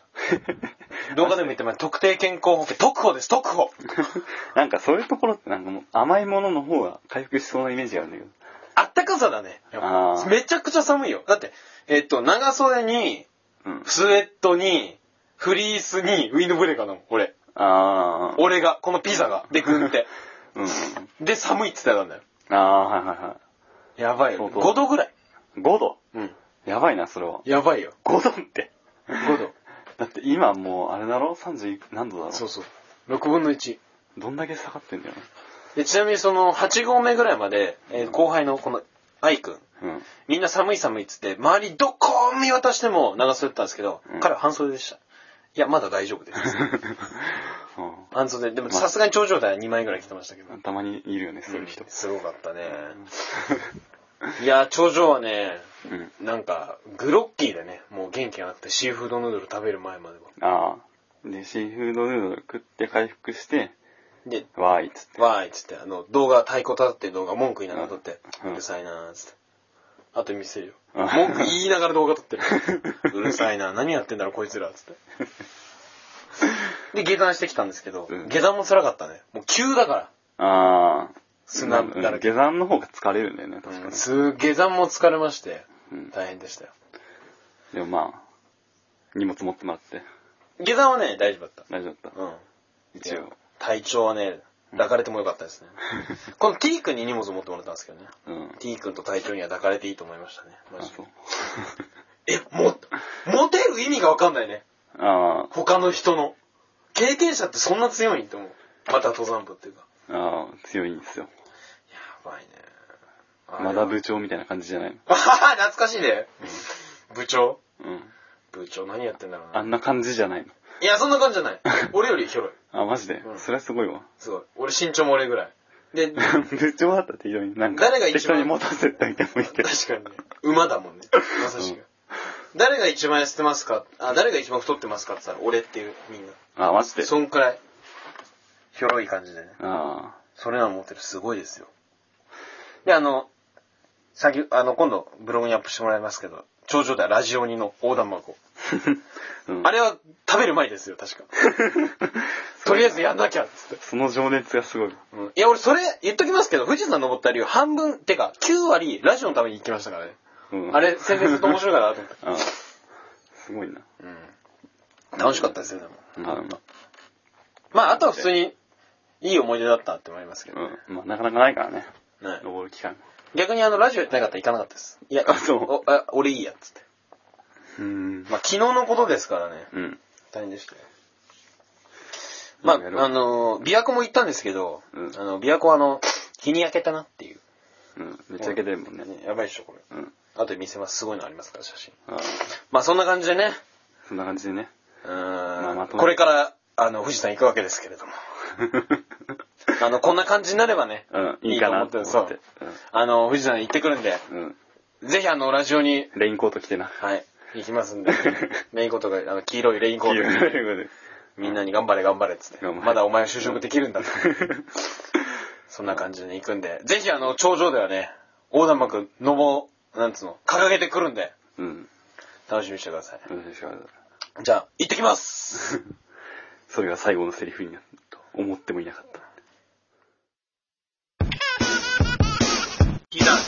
と。動画でも言ってます。特定健康保険、特保です、特保
なんかそういうところってなんかもう甘いものの方が回復しそうなイメージがあるんだけど。
あったかさだね。やっぱ
あー
めちゃくちゃ寒いよ。だって、えっと、長袖に、
うん。
スウェットに、フリースに、ウィンドブレーカーなの、俺。
ああ。
俺が、このピザが。で、軍手。
うん。
で、寒いって言ってたんだよ。
ああ、はいはいは
やばい
そ
よ。
うそう
5度ぐらい。
い。5度
うん。
やばいな、それは。
やばいよ。
5度って。
5度。
だって今もうあれだろ ?30 何度だろ
そうそう。6分の1。
どんだけ下がってんだよ
で、ちなみにその、8合目ぐらいまで、えー後輩のこの、愛くん。
な。うん。
みんな寒い寒いっつって、周りどこを見渡しても長袖だったんですけど、
うん
彼は半袖でした。いや、まだ大丈夫です。 半袖。でもさすがに頂上では2枚ぐらい着てましたけど
う。んたまにいるよね、そういう人。
すごかったね。 いや、頂上はね、
うん。
なんか、グロッキーでね、もう元気がなくて、シーフードヌードル食べる前までは。
ああ。で、シーフードヌードル食って回復して、
で、
わーいっつって。
わーいっつって、あの、動画、太鼓叩ってる動画文句言いながら撮って、う
うん
るさいなーっつって。あと見せるよ。
うん
文句言いながら動画撮ってる。うるさいな、 何やってんだろう、こいつら、っつって。で、下山してきたんですけど、
うん
下山も辛かったね。もう急だから、
ああ。
砂
うん
だらけ。
下山の方が疲れるんだよね、確か
うん
に。
す下山も疲れまして
うん、
大変でしたよ。
でもまあ、荷物持ってもらって。
下山はね、大丈夫だっ。
大丈夫だった
うん。
た。一応。
体調はね、抱かれてもよかった ですね。この T 君に荷物持ってもらったんですけどね。
うん。
T 君と隊長には抱かれていいと思いましたね。マ
あ、
ジで
そう。
え、も、モテる意味がわかんないね。
あ
他の人の。経験者ってそんな強いんって思う。また登山部っていうか。
あ、ああ、強いんですよ。
やばいね。
まだ部長みたいな感じじゃないの。
あはは 懐かしいね。部長
うん。
部長何やってんだろう
あ
な。
んな感じじゃないの。
いや、そんな感じじゃ ない。俺より広い。
あ、マジで
う。ん
それはすごいわ。
すごい。俺身長も俺ぐらい。で、 確か
部長だったって言うのに、なんか、
誰が一番
適当に持たせてみたいなもん言 ってる。
にね。馬だもんね。まさしく。誰が一番痩せてますかあ、誰が一番太ってますかって言ったら俺っていう、みんな。
あ、マジで。
そんくらい。広い感じでね。
あ
それなの持ってるすごいですよ。で、あの、先、あの、今度ブログにアップしてもらいますけど、頂上ではラジオにの横断幕を。
あ。 うん
あれは食べる前ですよ、確か。とりあえずやんなきゃっつって。
その情熱がすごい。
うんいや、俺それ言っときますけど、富士山登った理由半分、てか9割ラジオのために行きましたからね。
うん
あれ宣伝すると面白いかなと思って。
ああ。すごいな。
うん。楽しかったですよ、でも。
うん
まあ、あとは普通にいい思い出だったって思いますけどね。
うん。まあ、なかなかないからね。
はい
登る機会も。
逆にあの、ラジオやってなかったら行かなかったです。いや、
あそう
おあ俺いいや、っつって。
うん。
まあ、昨日のことですからね。
うん。
大変でしたよ。まあ、
やめろ
あのー、琵琶湖も行ったんですけど、
うん
あの、琵琶湖はあの、日に焼けたなっていう。
うん。めっちゃいけてるもんね。
ねやばいっしょ、これ。
うん。
あと見せます。すごいのありますから、写真。
ああ。
まあ、そんな感じでね。
そんな感じでね。
うーん、
まあまとめ
これから、あの、富士山行くわけですけれども。あの、こんな感じになればね。
うん。いいかな
と
と
思って
思
る
って。
あの、富士山行ってくるんで、
うん。うん。
ぜひあの、ラジオに、
レインコート着てな。
はい、行きますんで、レインコートが、あの、黄色いレインコ
黄
ート
色いレインコート。
みんなに頑張れ頑張れっつって。
頑張れ
まだお前は就職できるんだと。そんな感じに行くんで、ぜひあの、頂上ではね、横断幕、のぼ、なんつうの、掲げてくるんで、
うん。
楽しみにしてください。
どうでしょう
じゃあ、行ってきます
それが最後のセリフになると思ってもいなかった。
避難、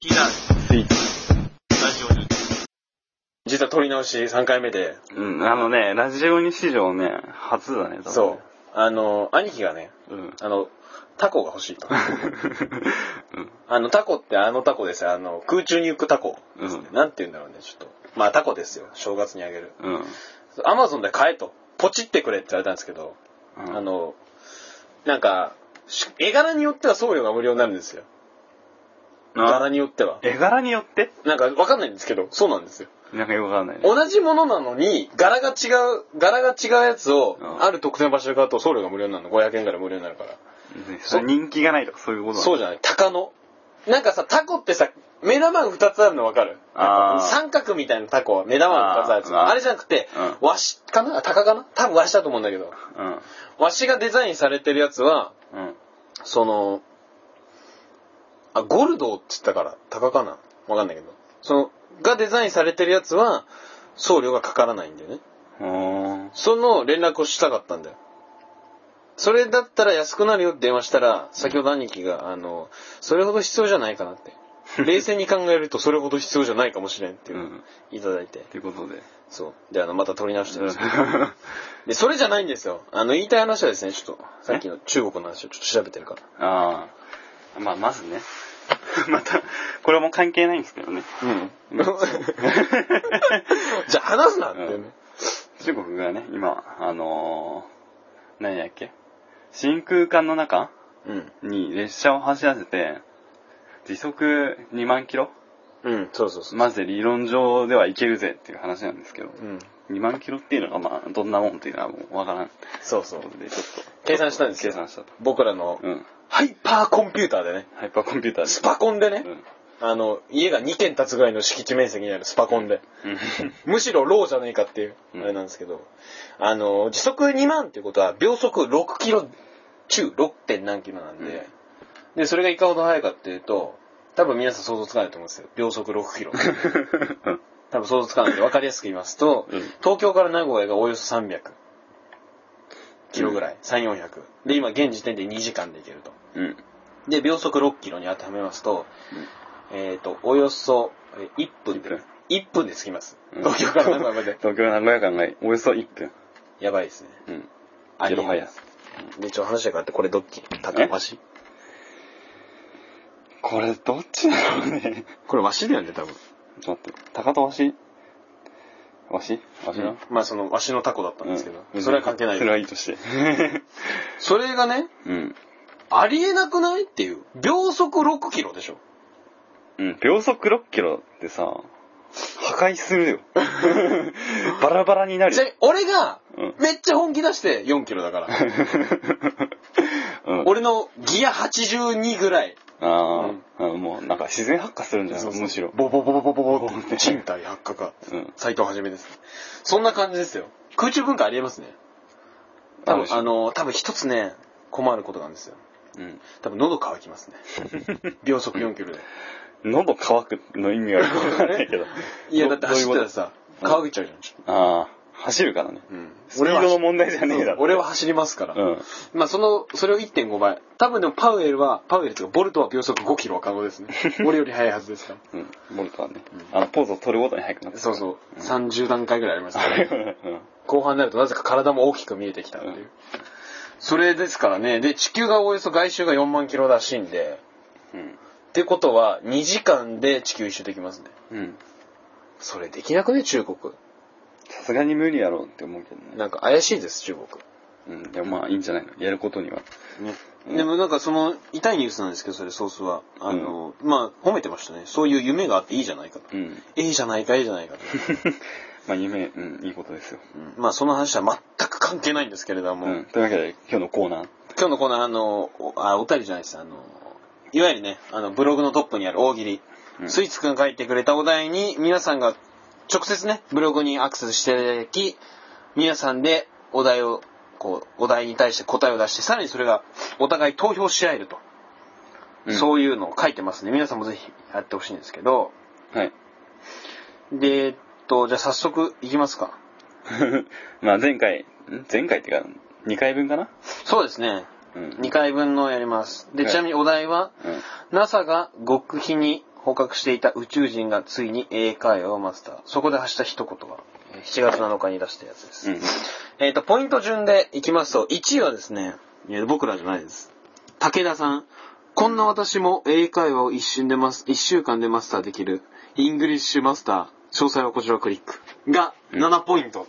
避難、
つい
ラジオに。実は撮り直し3回目で、
うん、あのね、ラジオに史上ね、初だね、多分
そう。あの、兄貴がね、
う。うん。
あの、タコが欲しいと。あの、タコってあのタコですよ。あの、空中に浮くタコ。
うん。
なんて言うんだろうね、ちょっと。まあ、タコですよ。正月にあげる。
うん。うん。
アマゾンで買えと。ポチってくれって言われたんですけど、あの、なんか、し絵柄によっては送料が無料になるんですよ。柄
あ、
によっては。
絵柄によって
なんかわかんないんですけど、そうなんですよ。
なんかよくわかんないね。
同じものなのに、柄が違う、柄が違うやつを
う、ん
ある特定の場所で買うと送料が無料になるの。500円からい無料になるから。
ねそれ人気がないとかそういうことなの
そうじゃない鷹の。なんかさ、タコってさ、目玉が2つあるの分かる
あー
三角みたいなタコは目玉が2つあるやつ。
あー
あれじゃなくて、
う
ワシかな鷹かな多分ワシだと思うんだけど。ワシがデザインされてるやつは、
うん。うん。
その、あ、ゴルドーって言ったから、鷹かな分かんないけど。その、がデザインされてるやつは、送料がかからないんだよね。
ほ
その連絡をしたかったんだよ。それだったら安くなるよって電話したら、先ほど兄貴が、あの、それほど必要じゃないかなって。冷静に考えるとそれほど必要じゃないかもしれんって
ー
いううのを
ん。
いただいて。
ということで。
そう。で、あの、また取り直してるんですけど。 で、それじゃないんですよ。あの、言いたい話はですね、ちょっと、さっきの中国の話をちょっと調べてるから。
ああ。まあ、まずね。 また、これも関係ないんですけどね。
うん。 じゃあ話すなっていうね。
中国がね、今、あのー、何やっけ真空管の中
うん。
に列車を走らせて、時速2万キロ
うん、そうそうそう。
まず理論上ではいけるぜっていう話なんですけど、
うん。
2万キロっていうのがまあ、どんなもんっていうのはもうわからんって
そうそう
こ。とで、ちょっと
計算したんです
計
よ。
算したと。
僕らの、
うん。
ハイパーコンピューターでね。
ハイパーコンピュータ
ス
ー
パコンでね
で。。うん。
あの、家が2軒建つぐらいの敷地面積にあるスパコンで。
うん
むしろローじゃねえかっていう、あ
うん
れなんですけど。あの、時速2万っていうことは、秒速6キロ中 6. 点何キロなんで、で、それがいかほど速いかっていうと、多分皆さん想像つかないと思うんですよ。秒速6キロ。 多分想像つかないんで分かりやすく言いますと、
うん
東京から名古屋がおよそ300キロぐらい、3、400。で、今現時点で2時間で行けると。
うん。
で、秒速6キロに当てはめますと、えっ、と、およそえー1分で
1分、
1分で着きます。
うん
東京から名古屋ま で。
東京名古屋間がおよそ1分。
やばいですね。
うん。
あ
ゼロ
りえ
早。
ないで、ちょ、話が変わって、これどっち縦
え
わし
これどっちだろうね。
これわしだよね、多分。
ちょっと待って。高とわしわしわしな、
まあ、その、わしのタコだったんですけど、
うん
それは関係ない
それはいいとして。
それがね、
うん。
ありえなくないっていう。秒速6キロでしょ。
うん。秒速6キロってさ、破壊する よ。バラバラになる
ちな
よ。
みに、俺が
うん、
めっちゃ本気出して4キロだから。
うん。
俺のギア82ぐらい。
あー、あ、もうなんか自然発火するんじゃないむしろ。
ボボボボボボボボって人体発火か。
うん。
斎藤はじめです。そんな感じですよ。空中文化ありえますね。多
あるでし
分、
ょ
あの、多分一つね、困ることなんですよ。
うん。
多分喉乾きますね。秒速4キロで。。
喉乾くの意味がよくわかん ないけど
いや、だって走ってたら
ど
さ、
どう
乾い
いうこと
ちゃうじゃんちょっ
ういうことああ、走るからね。
と。うん。
スピードの問題じゃねえだろ。
俺は走りますから。
うん。
まあ、その、それを1.5倍。多分でもパウエルは、パウエルというか、ボルトは秒速5キロは可能 ですね。俺より速いはずですか
うん。ボルトはね、あの、ポーズを取るごとに速くなっ
ら。
て
そうそう。30段階ぐらいありますから。
うん。
後半になるとなぜか体も大きく見えてきたっていう。
うん
それですからね。で、地球がおよそ外周が4万キロらしいんで、
うん。
ってことは2時間で地球一周できますね。
うん。
それできなくね、中国。
さすがに無理やろうって思うけどね。
なんか怪しいです、中国。
うん。でもまあいいんじゃないのやることには。うん
でもなんかその痛いニュースなんですけど、それソースは。あの、まあ褒めてましたね。そういう夢があっていいじゃないかと。
うん。
いいじゃないか、いいじゃないかと。
まあ夢、うん、いいことですよ。
うんまあその話は全く関係ないんですけれども、
うん。というわけで今日のコーナー。
今日のこのあの、おあ、お便りじゃないです。あの、いわゆるね、あの、ブログのトップにある大喜利。
うん
スイーツくんが書いてくれたお題に、皆さんが直接ね、ブログにアクセスしていただき、皆さんでお題を、こう、お題に対して答えを出して、さらにそれがお互い投票し合えると。
うん
そういうのを書いてますね。皆さんもぜひやってほしいんですけど。
はい。
で、えっと、じゃあ早速いきますか。
まあ前回、ん前回ってか、2回分かな
そうですね。
うん。
2回分のやります。で、
はい
ちなみにお題は、
うん
NASA が極秘に捕獲していた宇宙人がついに英会話をマスター。そこで発した一言が、えー7月7日に出したやつです。
うん。
えっ、と、ポイント順でいきますと、1位はですね、いや、僕らじゃないです。武田さん。こんな私も英会話を一瞬でます、一週間でマスターできる、イングリッシュマスター、詳細はこちらをクリック。が、
うん
7ポイント。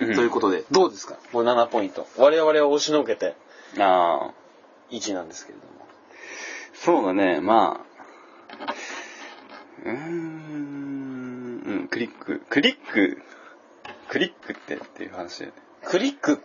うん
ということで、どうですかこれ7ポイント。我々を押しのけて
ああ、
1なんですけれども。
そうだね、まあ。うーん、うん、クリック、クリック、クリックってっていう話だよね。
クリック、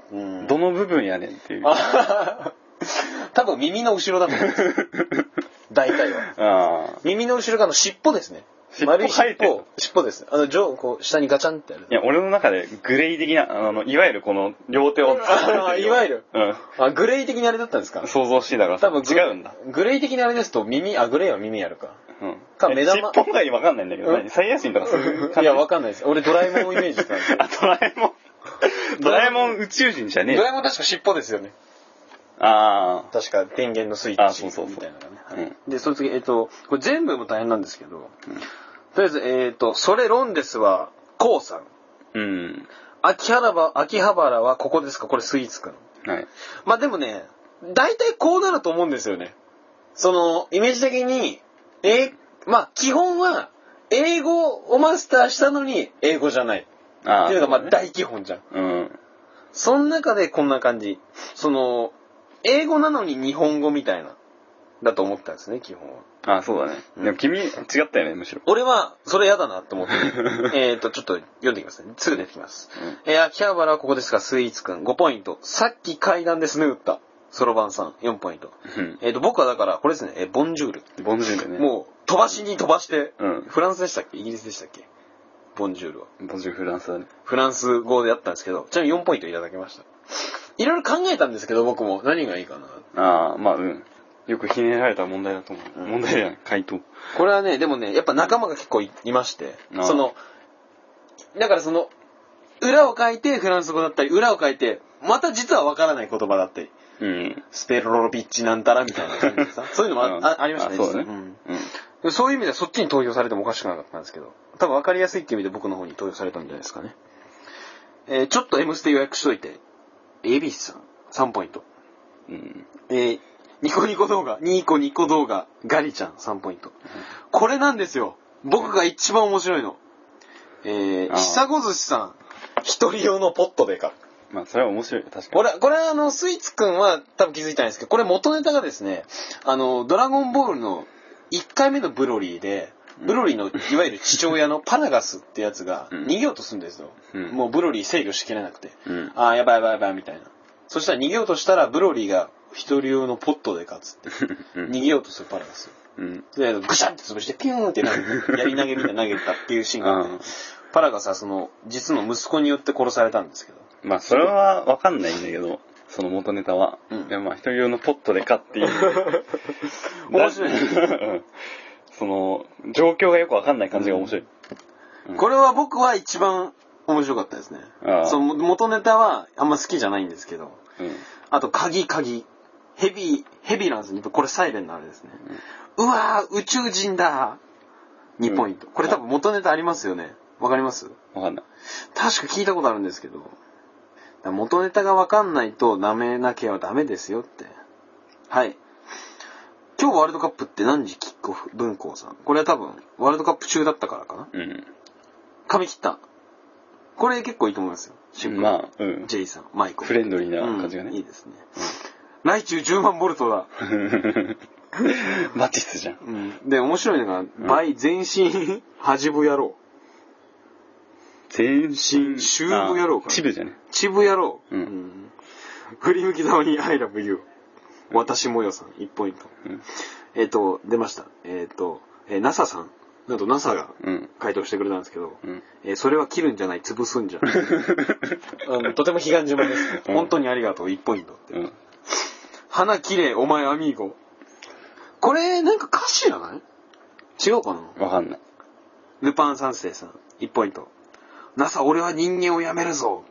どの部分やねんっていう。あ
あ 多分耳の後ろだと思います。 大体は。
あ
耳の後ろ側の尻尾ですね。
尻尾
丸い尻
生えてん
尾
の。
尻尾です。あの、上、こう、下にガチャンってやる
ー。い。や、俺の中でグレイ的な、あの、いわゆるこの両手を突 っ
あ
込ん
ー
で
い
よ
わゆる。
う
あ、グレイ的にあれだったんですか
ん。想像していたから
多
さ
分グ
違うんだ。。
グレイ的にあれですと耳、あ、グレイは耳やる か。
うん。
か目玉
え尻尾がわかんないんだけど、
うん
何サイヤ人とかそういう感じ
いや、わかんないです。俺ドラえもんをイメージしたんですよ
あ、ドラえもん。ドラえもん宇宙人じ ゃねえ
ドラえもん確か尻尾ですよね。
ああ。
確か電源のスイ
あ
ッチ
そう
み
そうそう
たいなのがねは
う
い
ん。
で、その次、えっと、これ全部も大変なんですけど、とりあえず、えっと、それ論ですは、こうさん。
うん。
秋葉原、秋葉原はここですかこれスイーツくん。
はい。
まあでもね、大体こうなると思うんですよね。その、イメージ的に、え、まあ基本は、英語をマスターしたのに、英語じゃない。
ああ。
っていうのがま
そ
あ
うだね
大基本じゃん。
うん。
その中でこんな感じ。その、英語なのに日本語みたいな、だと思ったんですね、基本は。
ああ、そうだね。
うん
でも君、違ったよね、むしろ。
俺は、それ嫌だなと思って。 えっと、ちょっと読んでいきますね。すぐ出てきます。えー、秋葉原はここですか、スイーツくん5ポイント。さっき階段ですね、打った。そろばんさん4ポイント。
うん。
えっ、と、僕はだから、これですね、えーボンジュール。
ボンジュールね。
もう、飛ばしに飛ばして、
うん
フランスでしたっけイギリスでしたっけボンジュールは。
う。ボンジュールフランスだね。
フランス語でやったんですけど、ちなみに4ポイントいただきました。いろいろ考えたんですけど、僕も何がいいかな。
ああ、まあ、うん。よくひねられた問題だと思う。
うん
問題じゃない、回答。
これはね、でもね、やっぱ仲間が結構いいまして、
ああ
その、だからその、裏を書いてフランス語だったり、裏を書いて、また実はわからない言葉だったり、
うん。
スペロロビッチなんたらみたいな感じでさ、 そういうのもあ,、
うん
あありましたね。
あそうだね
実はん
うん。
でそういう意味ではそっちに投票されてもおかしくなかったんですけど、多分分かりやすいっていう意味で僕の方に投票されたんじゃないですかね。えー、ちょっと M ステ予約しといて、エビスさん3ポイント。
うん。
えー、ニコニコ動画、ニコニコ動画、ガリちゃん3ポイント。これなんですよ。僕が一番面白いの。えー、
あー
ひさご寿司さん、一人用のポットでか。
まあ、それは面白いよ、確か
これ、これはあの、スイーツくんは多分気づいたんですけど、これ元ネタがですね、あの、ドラゴンボールの1回目のブロリーで、ブロリーの、いわゆる父親のパラガスってやつが
うん
逃げようとするんですよ。
うん
もうブロリー制御しきれなくて。
に。うん。
ああ、やばいやばいやばい、みたいな。そしたら逃げようとしたら、ブロリーが一人用のポットでかつって、
うん
逃げようとするパラガス。
うん。
で、ぐしゃって潰して、ピューンって投げて、やり投げみたいな投げたっていうシーンがあっ
う
て
ん、
パラガスはその、実の息子によって殺されたんですけど。
まあ、それはわかんないんだけど、その元ネタは。
うん
でもまあ、一人用のポットでかっていう。
面白 い
い。その、状況がよくわかんない感じが面白い。
これは僕は一番面白かったですね
あ。あ
その元ネタはあんま好きじゃないんですけど。
うん。
あと、鍵、鍵。ヘビ、ヘビなんですね。これサイレンのあれですね。うわー、宇宙人だ2ポイント。これ多分元ネタありますよね。わかります
わかんない。
確か聞いたことあるんですけど。だから元ネタがわかんないと舐めなきゃダメですよって。はい。今日ワールドカップって何時キックオフ文庫さん。これは多分、ワールドカップ中だったからかな。
うん。
髪切った。これ結構いいと思いますよ。シンプル。
まあ、うん。
ジェイさん、マイコ。
フレンドリーな感じが
うんい
ね
い。ですね。来中10万ボルトだ。
マティスじゃん。
うん。で、面白いのが、倍全身、恥部野郎。
全身。
シューブ野郎か
あチブじゃね。
チブ野郎。
うん
ん振り向きざまに I love you。私もよさん、1ポイント。
うん
えっ、と、出ました。えっ、と、えー NASA さん、
なんと NASA が
うん。
回答してくれたんですけど、
うん。
えーそれは切るんじゃない、潰すんじゃ ない。
うん、とても悲願島です。
本当にありがとう、1ポイントって。
うん。
花綺麗、お前アミーゴ。これ、なんか歌詞じゃない違うかな
わかんない。
ルパン三世さん、1ポイント。NASA、俺は人間をやめるぞ。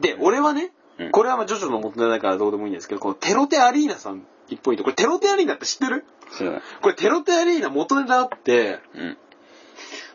で、俺はね、
うん
これはまあジョジョの元ネタだからどうでもいいんですけど、このテロテアリーナさん、1ポイント。これテロテアリーナって知ってる
知らない。
これテロテアリーナ元ネタあって、
うん。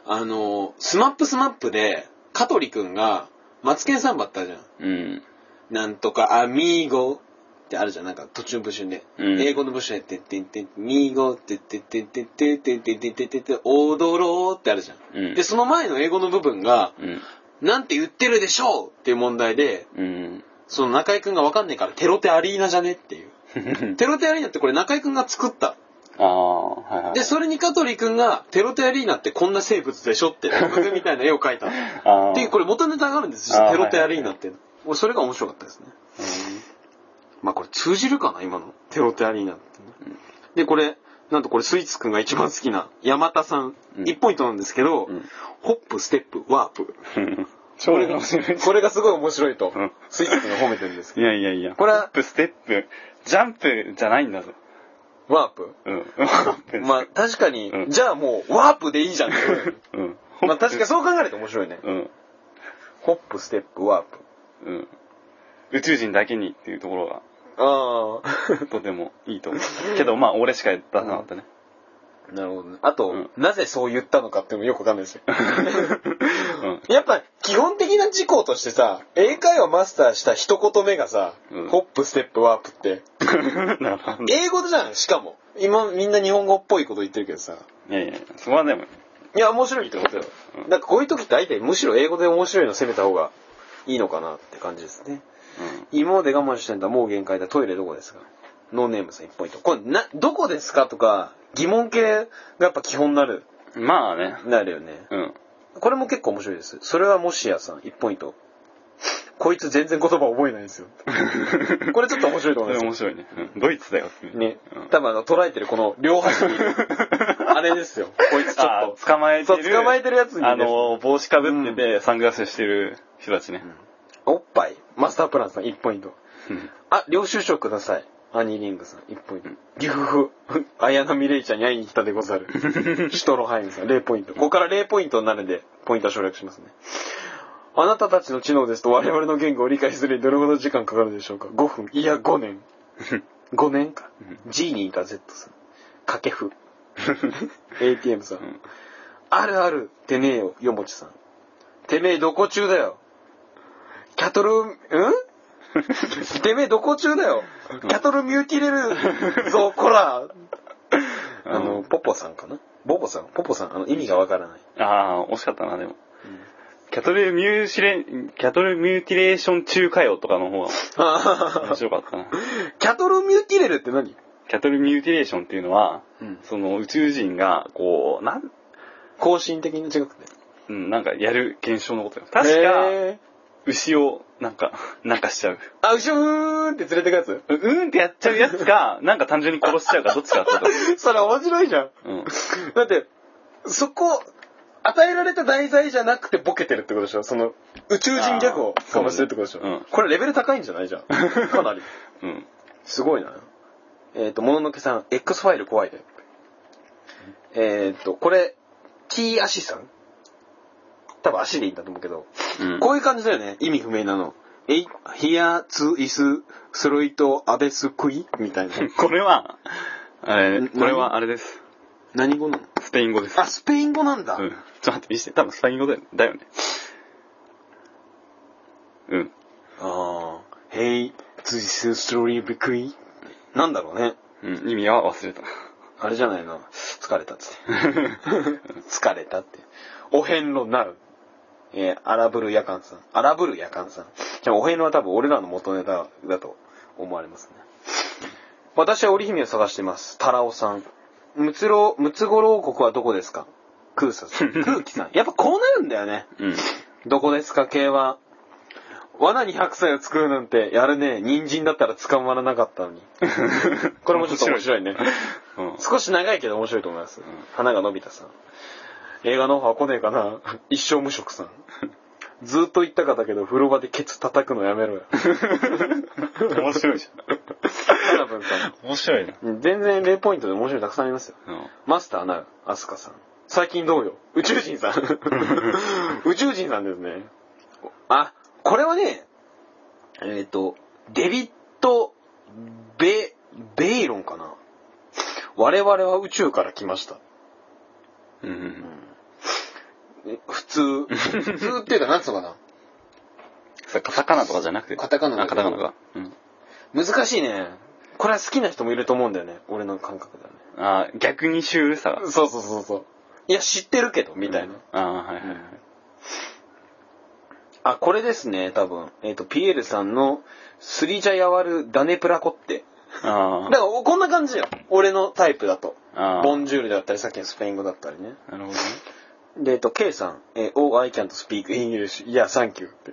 あの、スマップスマップで、香取くんが、マツケンサンバってあるじゃん。
うん。
なんとか、アミーゴってあるじゃん。なんか途中の部首で。
うん
英語の部首で、てってんてん、ミーゴってってってってってってってってってってって、踊ろうってあるじゃん。
うん。
で、その前の英語の部分が、
うん。
なんて言ってるでしょうっていう問題で、
うん。
その中井くんがわかんないから、テロテアリーナじゃねっていう。テロテアリーナってこれ中井くんが作った。
ああ、はいはい。
で、それに香取くんが、テロテアリーナってこんな生物でしょって、僕みたいな絵を描いたの。
ああ。
で、これ元ネタがあるんです
あー
よ。テロテアリーナって。もうそれが面白かったですね。
う
まあこれ通じるかな今の。テロテアリーナってね、で、これ、なんとこれスイーツくんが一番好きな山田さん。
うん
1ポイントなんですけど、
うん
ホップ、ステップ、ワープ。
ん。
これが 面白い。これがすごい面白いと
うん、
スイッチ君が褒めてるんですけ
いやいやい や。
これは
ホップ、ステップ、ジャンプじゃないんだぞ。
ど。ワープ
うん。
まあ確かに、
うん
じゃあもうワープでいいじゃんって。
うん。
まあ確かにそう考えると面白いね。
うん。
ホップ、ステップ、ワープ。
うん。宇宙人だけにっていうところ
あ
が、とてもいいと思う。けど、まあ、俺しか出さなかったね。
あ。なるほどね。あと、
うん
なぜそう言ったのかっていうのもよくわかんないですよ。
うん。
やっぱ基本的な事項としてさ、英会話マスターした一言目がさ、
うん
ホップ、ステップ、ワープって、
なるほど
英語じゃん、しかも。今、みんな日本語っぽいこと言ってるけどさ。
いやいや、そこはでも、
いや、面白いってことよ。なんかこういう時って相手むしろ英語で面白いの攻めた方がいいのかなって感じですね。今まで我慢してんだ、もう限界だ、トイレどこですかノーネームさん1ポイント。これ、な、どこですかとか、疑問系がやっぱ基本になる、
うん。まあね。
なるよね。
うん。
これも結構面白いです。それはもしやさん、1ポイント。こいつ全然言葉覚えないんですよ。これちょっ と面白いと
そ
思い
れ
ま
面白いね。うんドイツだよ。
す。ね
うん。
多分あの、捉えてるこの両端 に、あれですよ。こいつちょ
あ
っ
ー捕まえ
と。
て
そう、
る。
捕まえてるやつに、ね、
あの、帽子かぶってて、サングラスしてる人たちね。
おっぱい、マスタープランさん1ポイント。
うん
あ、領収書ください。ハニーリングさん、1ポイント。ギフフ、綾波レイちゃんに会いに来たでご ざる。シュトロハイムさん、0ポイント。ここから0ポイントになるんで、ポイントは省略しますね。あなたたちの知能ですと我々の言語を理解するにどれほど時間かかるでしょうか ?5 分、いや5年。5年か。ジーニーか Z さん。掛布。ATM さん。
ん
あるある、てめえよ、よもちさん。てめえどこ中だよ。キャトル、んてめえどこ中だよ。キャトルミューティレるぞ、こら。あの、ポポさんかなボボさん、ポポさん、あの、意味がわからない。
ああ、惜しかったな、でも。キャトルミューシレ、キャトルミューティレーション中華よとかの 方が面白かったな。
キャトルミューティレルって何
キャトルミューティレーションっていうのは、
うん
その宇宙人が、こう、なん、
更新的に違くて。
うん、なんかやる現象のことよ。確か、
へー
牛を、なんか、なんかしちゃう。
あ、うしゅーんって連れてくやつ
ううんってやっちゃうやつか、なんか単純に殺しちゃうか、どっちかだったと思
それ面白いじゃん。
う。うん。
だって、そこ、与えられた題材じゃなくてボケてるってことでしょその、宇宙人ギャグをかましてるってことでしょ、
そうだねうん
これレベル高いんじゃないじゃん。 かなり。
うん。
すごいな。えっ、と、もののけさん、X ファイル怖いで。えっ、と、これ、T 足さん多分足でいいんだと思うけど、
うん。
こういう感じだよね。意味不明なの。えい、ヒアツイス、スロイト、アベスクイみたいな。
これは、あれ、
ん
これはあれです。
何語なの
スペイン語です。
あ、スペイン語なんだ。
うん。ちょっと待って、見して。多分スペイン語だよだよね。うん。
ああ、へい、ツイスストーリーびっくり。なんだろうね。
うん、意味は忘れた。
あれじゃないな。疲れたっつって。 疲れたって。お遍路なる。えー、荒ぶる夜間さん。荒ぶる夜間さん。じゃあ、お遍路は多分俺らの元ネタだと思われますね。私は織姫を探しています。タラオさん。ムツロ、ムツゴロウ国はどこですかクーサさん。クーキさん。やっぱこうなるんだよね。
うん。
どこですか系は。罠に白菜を作るなんてやるね。人参だったら捕まらなかったのに。これもちょっと面白いね。
うん。
少し長いけど面白いと思います。花が伸びたさん。映画のオファー来ねえかな 一生無職さん。 ずーっと言ったかだけど、風呂場でケツ叩くのやめろよ。
面白いじ
タラブンさん
ゃん。面白いな。
全然0ポイントで面白いのたくさんありますよ。マスターなる、アスカさん。最近どうよ宇宙人さん。宇宙人さんですね。あ、これはね、えっ、と、デビッド・ベ、ベイロンかな。我々は宇宙から来ました。
うん。うん。
え普通。普通っていうか、なんつうのか
さ、カタカナとかじゃなくて。
カタカナだ
あ、
け
カ
ど
タカナか。うん。
な。難しいね。これは好きな人もいると思うんだよね。俺の感覚だね。
あー逆にシュールさが。
そうそうそうそう。いや、知ってるけど、みたいな。
ああ、はいはいはい。
あ、これですね、多分。えっ、と、ピエールさんの、スリジャヤワルダネプラコって。
あ
だ
あ
から、おこんな感じよ。俺のタイプだと。
ああ。
ボンジュールだったり、さっきのスペイン語だったりね。
なるほ
で、えっ、と、K さん、えー、Oh, I can't speak English. いや、サンキューって。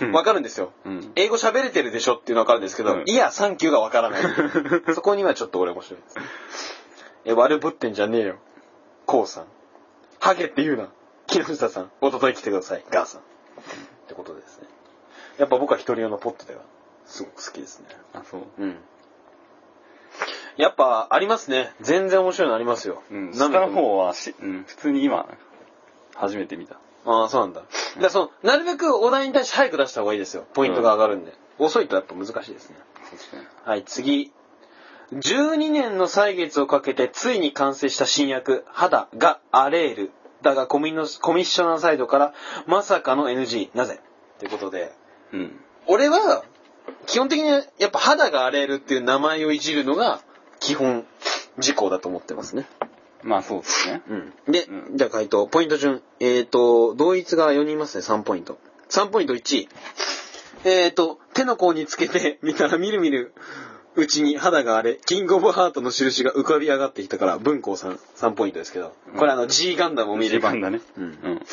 どね。
わ
か
かるんですよ。
うん。
英語喋れてるでしょっていうのはわかるんですけど、
うん
いや、サンキューがわから ない。そこにはちょっと俺面白いです。え、悪ぶってんじゃねえよ。こうさん。ハゲって言うな。木下さん。おととい来てください。ガーさん。ってことですね。やっぱ僕は一人用のポットでは、すごく好きですね。
あ、そう。
うん。やっぱ、ありますね。全然面白いのありますよ。
うん。
な
下
んで
の方はし、うん、普通に今、初めて見た。
ああ、そうなんだ。だからその、なるべくお題に対して早く出した方がいいですよ。ポイントが上がるんで。遅いとやっぱ難しいですね。はい、次。12年の歳月をかけてついに完成した新薬、肌がアレール。だがコミのコミッショナーサイドからまさかの NG。なぜということで、
うん。
俺は基本的にやっぱ肌がアレールっていう名前をいじるのが基本事項だと思ってますね。
まあそうですね。
で、
うん
じゃあ回答、ポイント順。えっ、と、同一が4人いますね、3ポイント。3ポイント1。えっ、と、手の甲につけて 見たらみるみるうちに肌が荒れ、キングオブハートの印が浮かび上がってきたから、文庫さん3ポイントですけど。これあの G ガンダムを見れば。
一番だね。
うん
うん。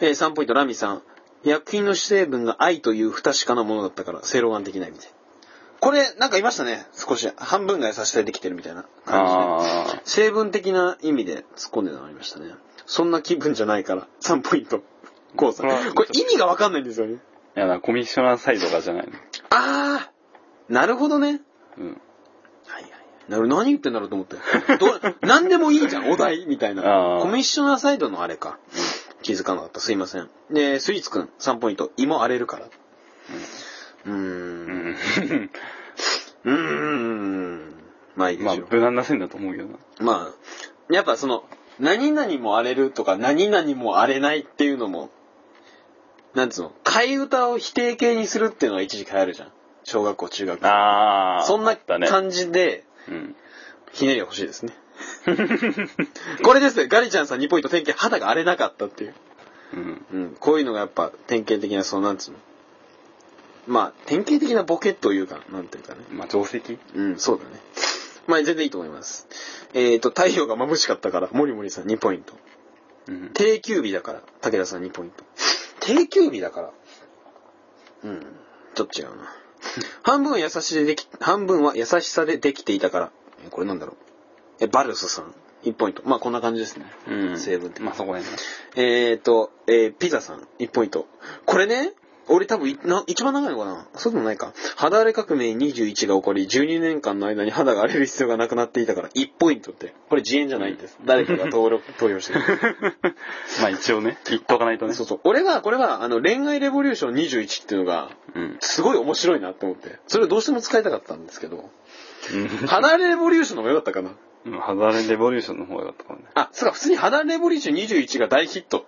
えー3ポイント、ラミさん。薬品の主成分が愛という不確かなものだったから、正論ができないみたい。これ、なんかいましたね。少し、半分が優しさでできてるみたいな感じで。
ああ。
成分的な意味で突っ込んでるのありましたね。そんな気分じゃないから、3ポイント。こうさ
これは
ん。これ意味がわかんないんですよね。
いやだ、コミッショナーサイドがじゃないの。
あーなるほどね。
うん。
はいはい。なる何言ってんだろうと 思って。ど、何でもいいじゃん、お題、みたいな
あ。ー
コミッショナーサイドのあれか。気づかなかった。すいません。で、スイーツくん、3ポイント。芋荒れるから。うー。
うんん。
うーん。まあいいで
まあ、
しょう。
無難な線だと思うけどな。
まあ、やっぱその、何々も荒れるとか、何々も荒れないっていうのも、なんつうの、替え歌を否定形にするっていうのが一時期流行るじゃん。小学校、中学校。
ああ。
そんな
だね。
感じで、
うん。
ひねりが欲しい ですね。これですね、ガリちゃんさん2ポイント典型、肌が荒れなかったっていう。
うん。
うん、こういうのがやっぱ典型的な、そのなんつうの。まあ、典型的なボケというか、なんていうかね。
まあ、定石
うん、そうだね。まあ、全然いいと思います。えっ、と、太陽が眩しかったから、モリモリさん2ポイント。
うん。
定休日だから、武田さん2ポイント。定休日だからうん、ちょっと違うな。半分は優しででき、半分は優しさでできていたから、えこれなんだろう。え、バルスさん、1ポイント。まあこんな感じですね。
うん。
成分的に
まあ、そこら辺ね。
えーと、えーピザさん、1ポイント。これね、俺多分いな、一番長いのかなそうでもないか。肌荒れ革命21が起こり、12年間の間に肌が荒れる必要がなくなっていたから、1ポイントって。これ自演じゃないんです。誰かが登録、投票してくれた
まあ、一 応ね、言っとかないとね。
そうそう。俺は、これは、あの、恋愛レボリューション21っていうのが、
うん。
すごい面白いなって思って、それをどうしても使いたかったんですけど、
うん
離れレボリューションの方が良かったかな。
うん。ハザーレンレボリューションの方がよかったかもね。
あ、そうか、普通に離れレボリューション21が大ヒット。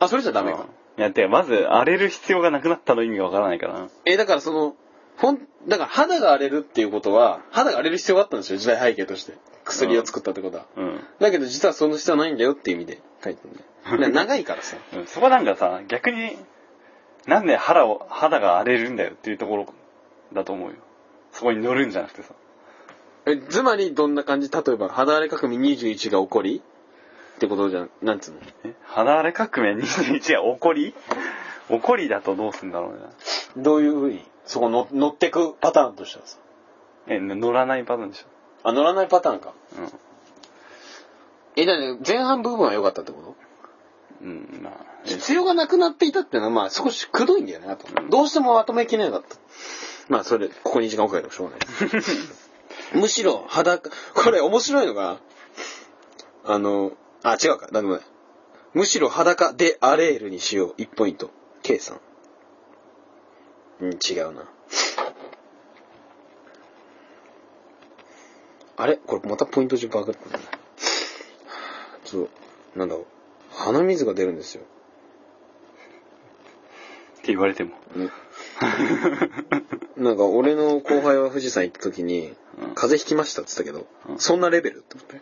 あ、それじゃダメ
あ
か
ー。いや、てかまず、荒れる必要がなくなったの意味がわからないからな。
え、だからその、ほん、だから肌が荒れるっていうことは、肌が荒れる必要があったんですよ、時代背景として。薬を作ったってことは。
うん。
だけど実はその必要はないんだよっていう意味で書いてるん だよ。だから長いからさ。
うんそこなんかさ、逆に、なんで肌を、肌が荒れるんだよっていうところだと思うよ。そこに乗るんじゃなくてさ。
えつまりどんな感じ例えば肌荒れ革命21が起こりってことじゃんなんつうの
え肌荒れ革命21は怒り怒りだとどうすんだろうね。
どういうふうにそこの乗ってくパターンとしてはさ
え、乗らないパターンでしょ。
あ乗らないパターンか
うん。
えだから前半部分は良かったってこと
うん、まあ。
必要がなくなっていたっていうのは、まあ少しくどいんだよね、あと。どうしてもまとめきれなかった。まあそれ、ここに時間をかけてもしょうがない。むしろ、裸、これ面白いのが、あの、あ、違うか、なんでもない。むしろ裸でアレールにしよう、1ポイント。計算。うん、違うな。あれこれまたポイント順番上がったんだな。ちょっと、なんだろう。鼻水が出るんですよ。
って言われても。
ねなんか俺の後輩は富士山行った時に、
うん
風邪ひきましたって言ったけど、
うん
そんなレベルって思って。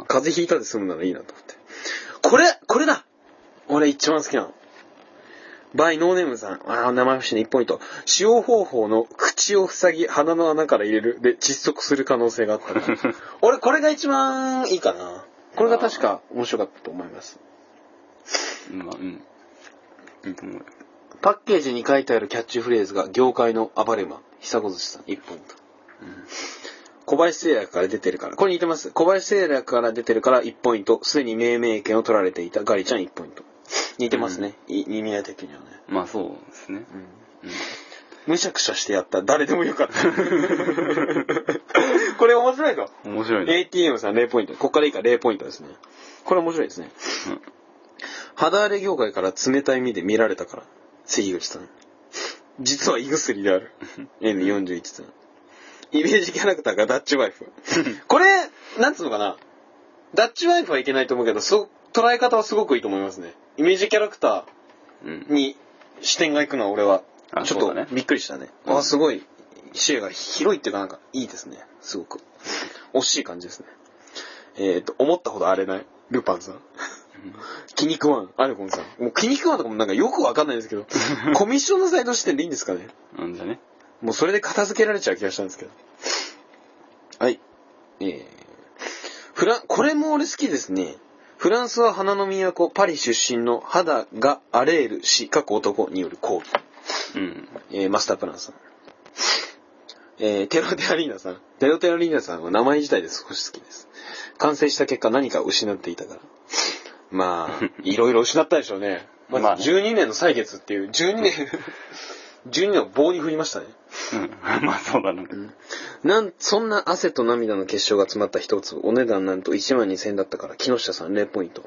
あ
風邪ひいたで済むならいいなと思って。これこれだ俺一番好きなの。バイノーネームさん。ああ、生節の1ポイント。使用方法の口を塞ぎ鼻の穴から入れるで窒息する可能性があ ったから。俺これが一番いいかな。これが確か面白かったと思います。
あ。まあ、うん。いいと思うよ。
パッケージに書いてあるキャッチフレーズが業界の暴れ馬、久子寿司さん、1ポイント。小林製薬から出てるから、これ似てます。小林製薬から出てるから1ポイント、すでに命名権を取られていたガリちゃん1ポイント。似てますね。い意味合い的にはね。
まあそうですね。
むしゃくしゃしてやった。誰でもよかった。
これ面白いぞ。
面白いね。
ATM さん0ポイント。こっからいいから0ポイントですね。これ面白いですね。
うん
肌荒れ業界から冷たい目で見られたから。関口さん。実は胃薬である。N41 さん。イメージキャラクターがダッチワイフ。これ、なんつうのかな。ダッチワイフはいけないと思うけど、そう、捉え方はすごくいいと思いますね。イメージキャラクタ
うん
ー。に視点がいくのは俺は
あ、
ちょっ
そうだね
とびっくりしたね。
うん
あ、すごい、視野が広いっていうかなんかいいですね。すごく。惜しい感じですね。えっ、と、思ったほど荒れない。ルパンさん。気に食わん。アルコンさん。もう気に食わんとかもなんかよくわかんないです けど、コミッションのサイド視点でいいんですかね。
なんじゃね。
もうそれで片付けられちゃう気がしたんですけど。はい。えー、フラン、これも俺好きですね。フランスは花の都、パリ出身の肌が荒れるし、過去男による抗議。
うん。
えーマスタープランさん。えーテロテアリーナさん。テロテアリーナさんは名前自体で少し好きです。完成した結果何かを失っていたから。ま あ、いろいろ失ったでしょうね。ま
まあ
ず12年の歳月っていう、12年、12年を棒に振りましたね。
うん。 まあそうだね。
なん、そんな汗と涙の結晶が詰まった一つ、お値段なんと1万2000円だったから、木下さん0ポイント。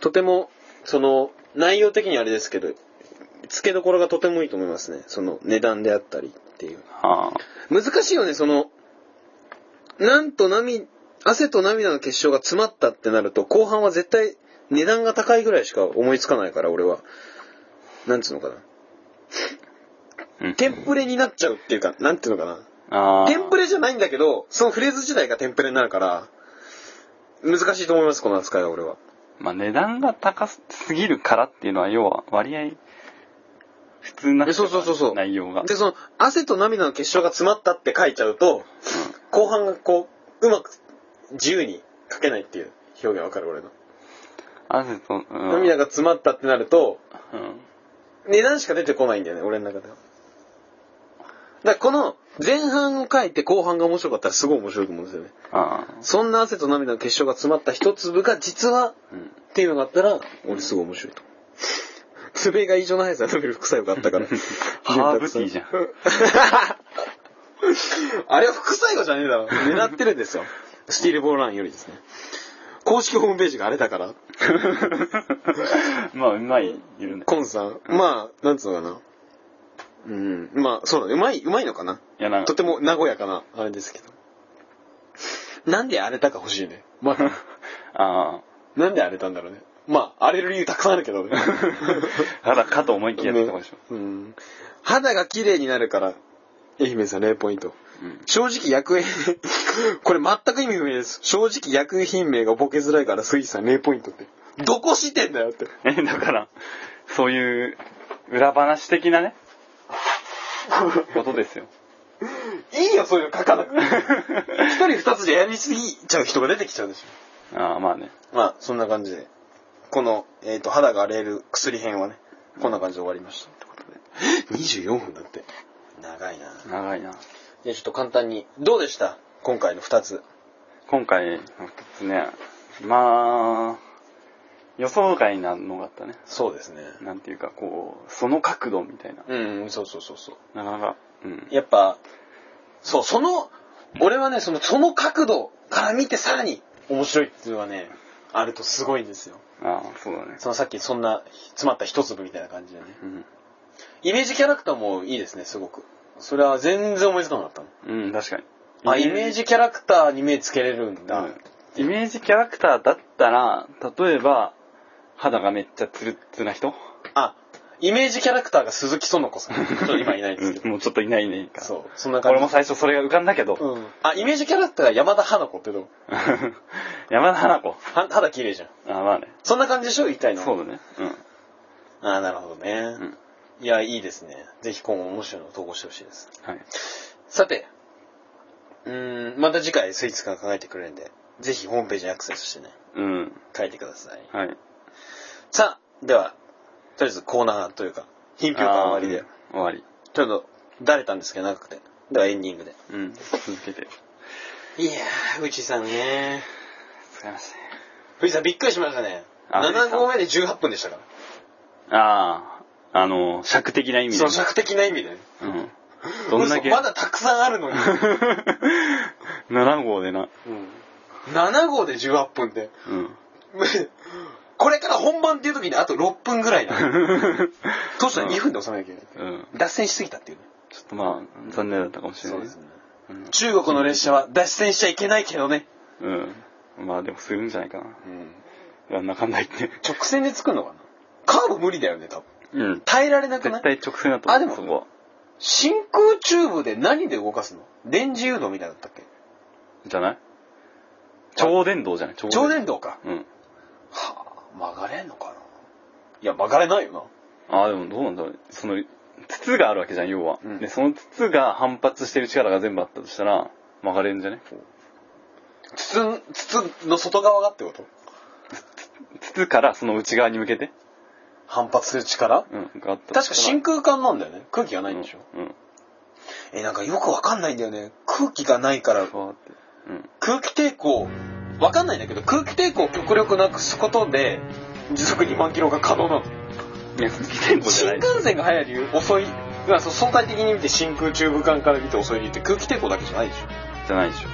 とても、その、内容的にあれですけど、付けどころがとてもいいと思いますね。その、値段であったりっていう。
はあ。
難しいよね、その、なんと涙、汗と涙の結晶が詰まったってなると、後半は絶対値段が高いぐらいしか思いつかないから、俺は。なんつうのか
うん
な。テンプレになっちゃうっていうか、なんていうのか
あ
な。
あ。
テンプレじゃないんだけど、そのフレーズ自体がテンプレになるから、難しいと思います、この扱いは俺は。
まあ値段が高すぎるからっていうのは、要は割合、普通な
えそうそうそうそう
内容が。
で、その、汗と涙の結晶が詰まったって書いちゃうと、後半がこう、うまく自由に書けないっていう表現わかる、俺の。
汗と、うん。
涙が詰まったってなると、
うん。
値段しか出てこないんだよね、俺の中では。だからこの前半を書いて後半が面白かったらすごい面白いと思うんですよね。
ああ。
そんな汗と涙の結晶が詰まった一粒が実は
うん。
っていうのがあったら、俺すごい面白いと思う。爪が異常な速さで伸びる副作用があった から。
ハーブティーじゃん。
あれは副作用じゃねえだろ。狙ってるんですよ。スティールボールランよりですね。公式ホームページがあれだから。
まあ、うまい、言うね。
コンさん、まあ、なんつうのかな。うん、まあ、そうだね。うまい、うまいのかな。
いや、なん
と
か、
ても和やかな、あれですけど。なんで荒れたか欲しいね。ま あ、
ああ。
なんで荒れたんだろうね。まあ、荒れる理由たくさんあるけ どね。
ただ、かと思いきややってましょ
うん。肌が綺麗になるから、愛媛さん0ポイント。
うん
正直役員、 これ全く意味不明です。正直役品名がボケづらいからスイさん0ポイントって。どこしてんだよって。
う。え、だから、そういう、裏話 的なね、ことですよ。
いいよ、そういうの書かなくて。 一人二つじゃやりすぎちゃう人が出てきちゃうでしょ。
ああ、まあね。
まあ、そんな感じで、この、えっ、と、肌が荒れる薬編はね、こんな感じで終わりました。ってことで。24分だって。長いな
長いな。
で、ちょっと簡単に、どうでした今回の2つ。
今回の2つね、まあ、予想外なのがあったね。
そうですね。
なんていうか、こう、その角度みたいな。
うん、うん、そうそうそうそう。
なかなか、うん。
やっぱ、そう、その、俺はね、その、その角度から見てさらに面白いっていうのがね、あるとすごいんですよ。
ああ、そうだね。
そのさっきそんな、詰まった一粒みたいな感じでね。
うん。
イメージキャラクターもいいですね、すごく。それは全然思いつかなかったの。
うん、確かに。
あ、イメージキャラクターに目つけれるんだ。
イメージキャラクターだったら、例えば、肌がめっちゃツルッツな人
あ、イメージキャラクターが鈴木園子さん。ちょっと今いないんですけ
う
ど。
んもうちょっといないね。いい か
そう、そんな感じ。
俺も最初それが浮かんだけど。
うん。あ、イメージキャラクターが山田花子ってどう
山田花子。
は肌綺麗じゃん。
あ、まあね。
そんな感じでしょ言いたいの。
そうだね。
あーなるほどね
うん。う。ん。
いや、いいですね。ぜひ今後面白いのを投稿してほしいです。
はい。
さて、うーん、また次回スイーツが考えてくれるんで、ぜひホームページにアクセスしてね、
うん。
書いてください。
はい。
さあ、では、とりあえずコーナーというか、品評会終わりで、
あー。終わり。
ちょっと、だれたんですけど長くて。ではエンディングで。
うん。続けて。
いやー、藤井さんね。
疲れまし
藤井さんびっくりしましたね。
あ
7号目で18分でしたから。
た。ああ、あの、尺的な意味で。
その尺的な意味でね。
うん。どんだけ。
嘘ま だたくさんあるのに。
7号でな。
7号で18分で。
うん。
これから本番っていう時にあと6分ぐら いなの。どうしたら2分で収めなきゃいけない。
うん。
脱線しすぎたっていうね。
ちょっとまあ、残念だったかもしれない。
ね。
うん
中国の列車は脱線しちゃいけないけどね。
うん。まあでもするんじゃないかな。なんだかんだ言って。
直線で作るのかなカーブ無理だよね、多分。
うん。
耐えられなくな
絶
い
対直線だと思
あ
う。
でも
そこは。
真空チューブで何で動かすの電磁誘導みたいだったっけ
じゃない超電導じゃない超
超電導か。
うん。
はあ、曲がれんのかないや、曲がれないよ
ああ、でもどうなんだろう。その、筒があるわけじゃん、要は。
うん
で、その筒が反発してる力が全部あったとしたら、曲がれるんじゃね
な。筒ん、筒の外側がってこと
筒からその内側に向けて、
反発する力
うん、があったと
確
し
か
た
ら真空管なんだよね。空気がないんでしょ、
うん。うん。
え、なんかよくわかんないんだよね。空気がないから、
ふわーって。うん。
空気抵抗、わかんないんだけど、空気抵抗を極力なくすことで、時速2万キロが可能なの。
いや、空気抵抗じ
新
ゃない。
幹線が速い理由、遅い。まあ、そう相対的に見て真空中部間から見て遅い理由って空気抵抗だけじゃないでしょ。
じゃないでしょ。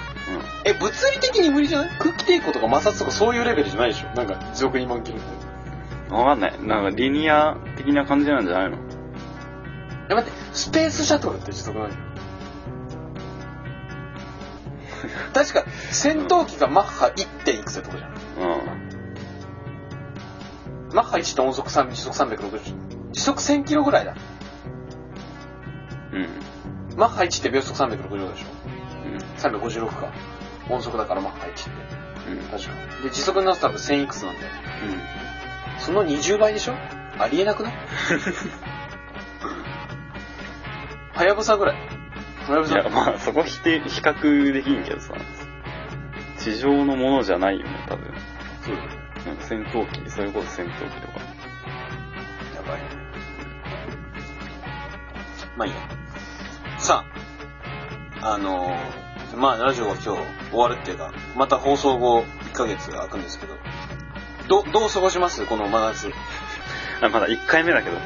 え、物理的に無理じゃない空気抵抗とか摩擦とかそういうレベルじゃないでしょなんか、時速2万キロって。
うん。わかんない。なんか、リニア的な感じなんじゃないの
え、待って、スペースシャトルって時速ない の確か、戦闘機がマッハ 1. 点いくつってことじゃん。
うん。
マッハ1って音速3、時速360。時速1000キロぐらいだ。
うん。
マッハ1って秒速360でしょ
うん。
?356 か。音速だからマッハ1って。
うん。
確か。で、時速になすと多分1000いくつなんだよ。その20倍でしょありえなく ないはやぶさぐらい。はやぶ
い
さ
や、まあ、そこ否定、比較できんけどさ。地上のものじゃないよね、多分。
そうだね
うん戦闘機、それこそ戦闘機とか。
やばいね。まあいいや。さあ、あのーまあラジオは今日終わるっていうか、また放送後1ヶ月が空くんですけど、ど、どう過ごしますこの真夏。ん
あ、まだ1回目だけ ど。あ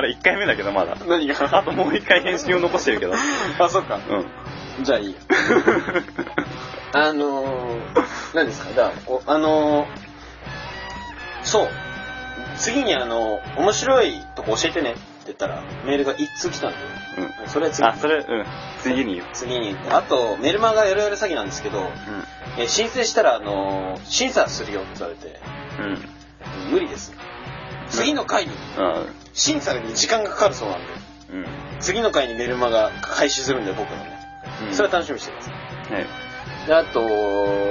れ1回目だけど、まだ。
何が
あともう1回編集を残してるけど。
あ、そっか。
うん。
じゃあいいや。あのー、何ですかだからこうあのー、そう。次にあのー、面白いとこ教えてねって言ったら、メールが1通来たんで、それは
うん。
次
あ、それ、うん。次に言う。
次に、あと、メルマガやるやる詐欺なんですけど、
う
えー申請したら、あのー審査するよって言われて、
ん。うん。
無理です。次の回に、
あ
審査に時間がかかるそうなんで、
うん。
次の回にメルマガ開始するんで、僕のね。
うん
それは楽しみにしてくださ
はい。
い。で、あと、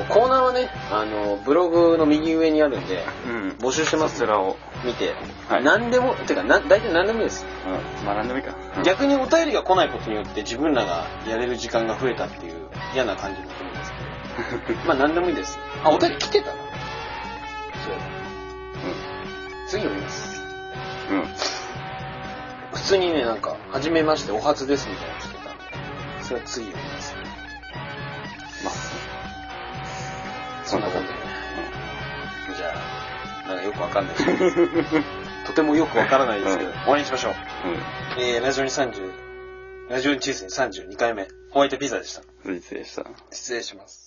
コーナーはね、あのーブログの右上にあるんで、
うん。
募集してま
そ
す
ち。らを。
見て。
はい
何でも、てか、な大体何でもいいです。
うん。まあ、なんでもいいか。うん
逆にお便りが来ないことによって自分らがやれる時間が増えたっていう嫌な感じもするんですけど。まあ何でもいいです。あ、お便り来てたな。そう。次読みます。
うん。うん。
普通にね、なんか、はじめまして、お初ですみたいなの来てたんで。それは次読みます。
まあ、
そんな感じで。
うん
なんかよくわ かんないですけどとてもよくわからないですけど、
うん
終わりにしましょう。えー、ラジオに30、ラジオにチーズに32回目、ホワイトピザでした。
うん。人生でした。
失礼します。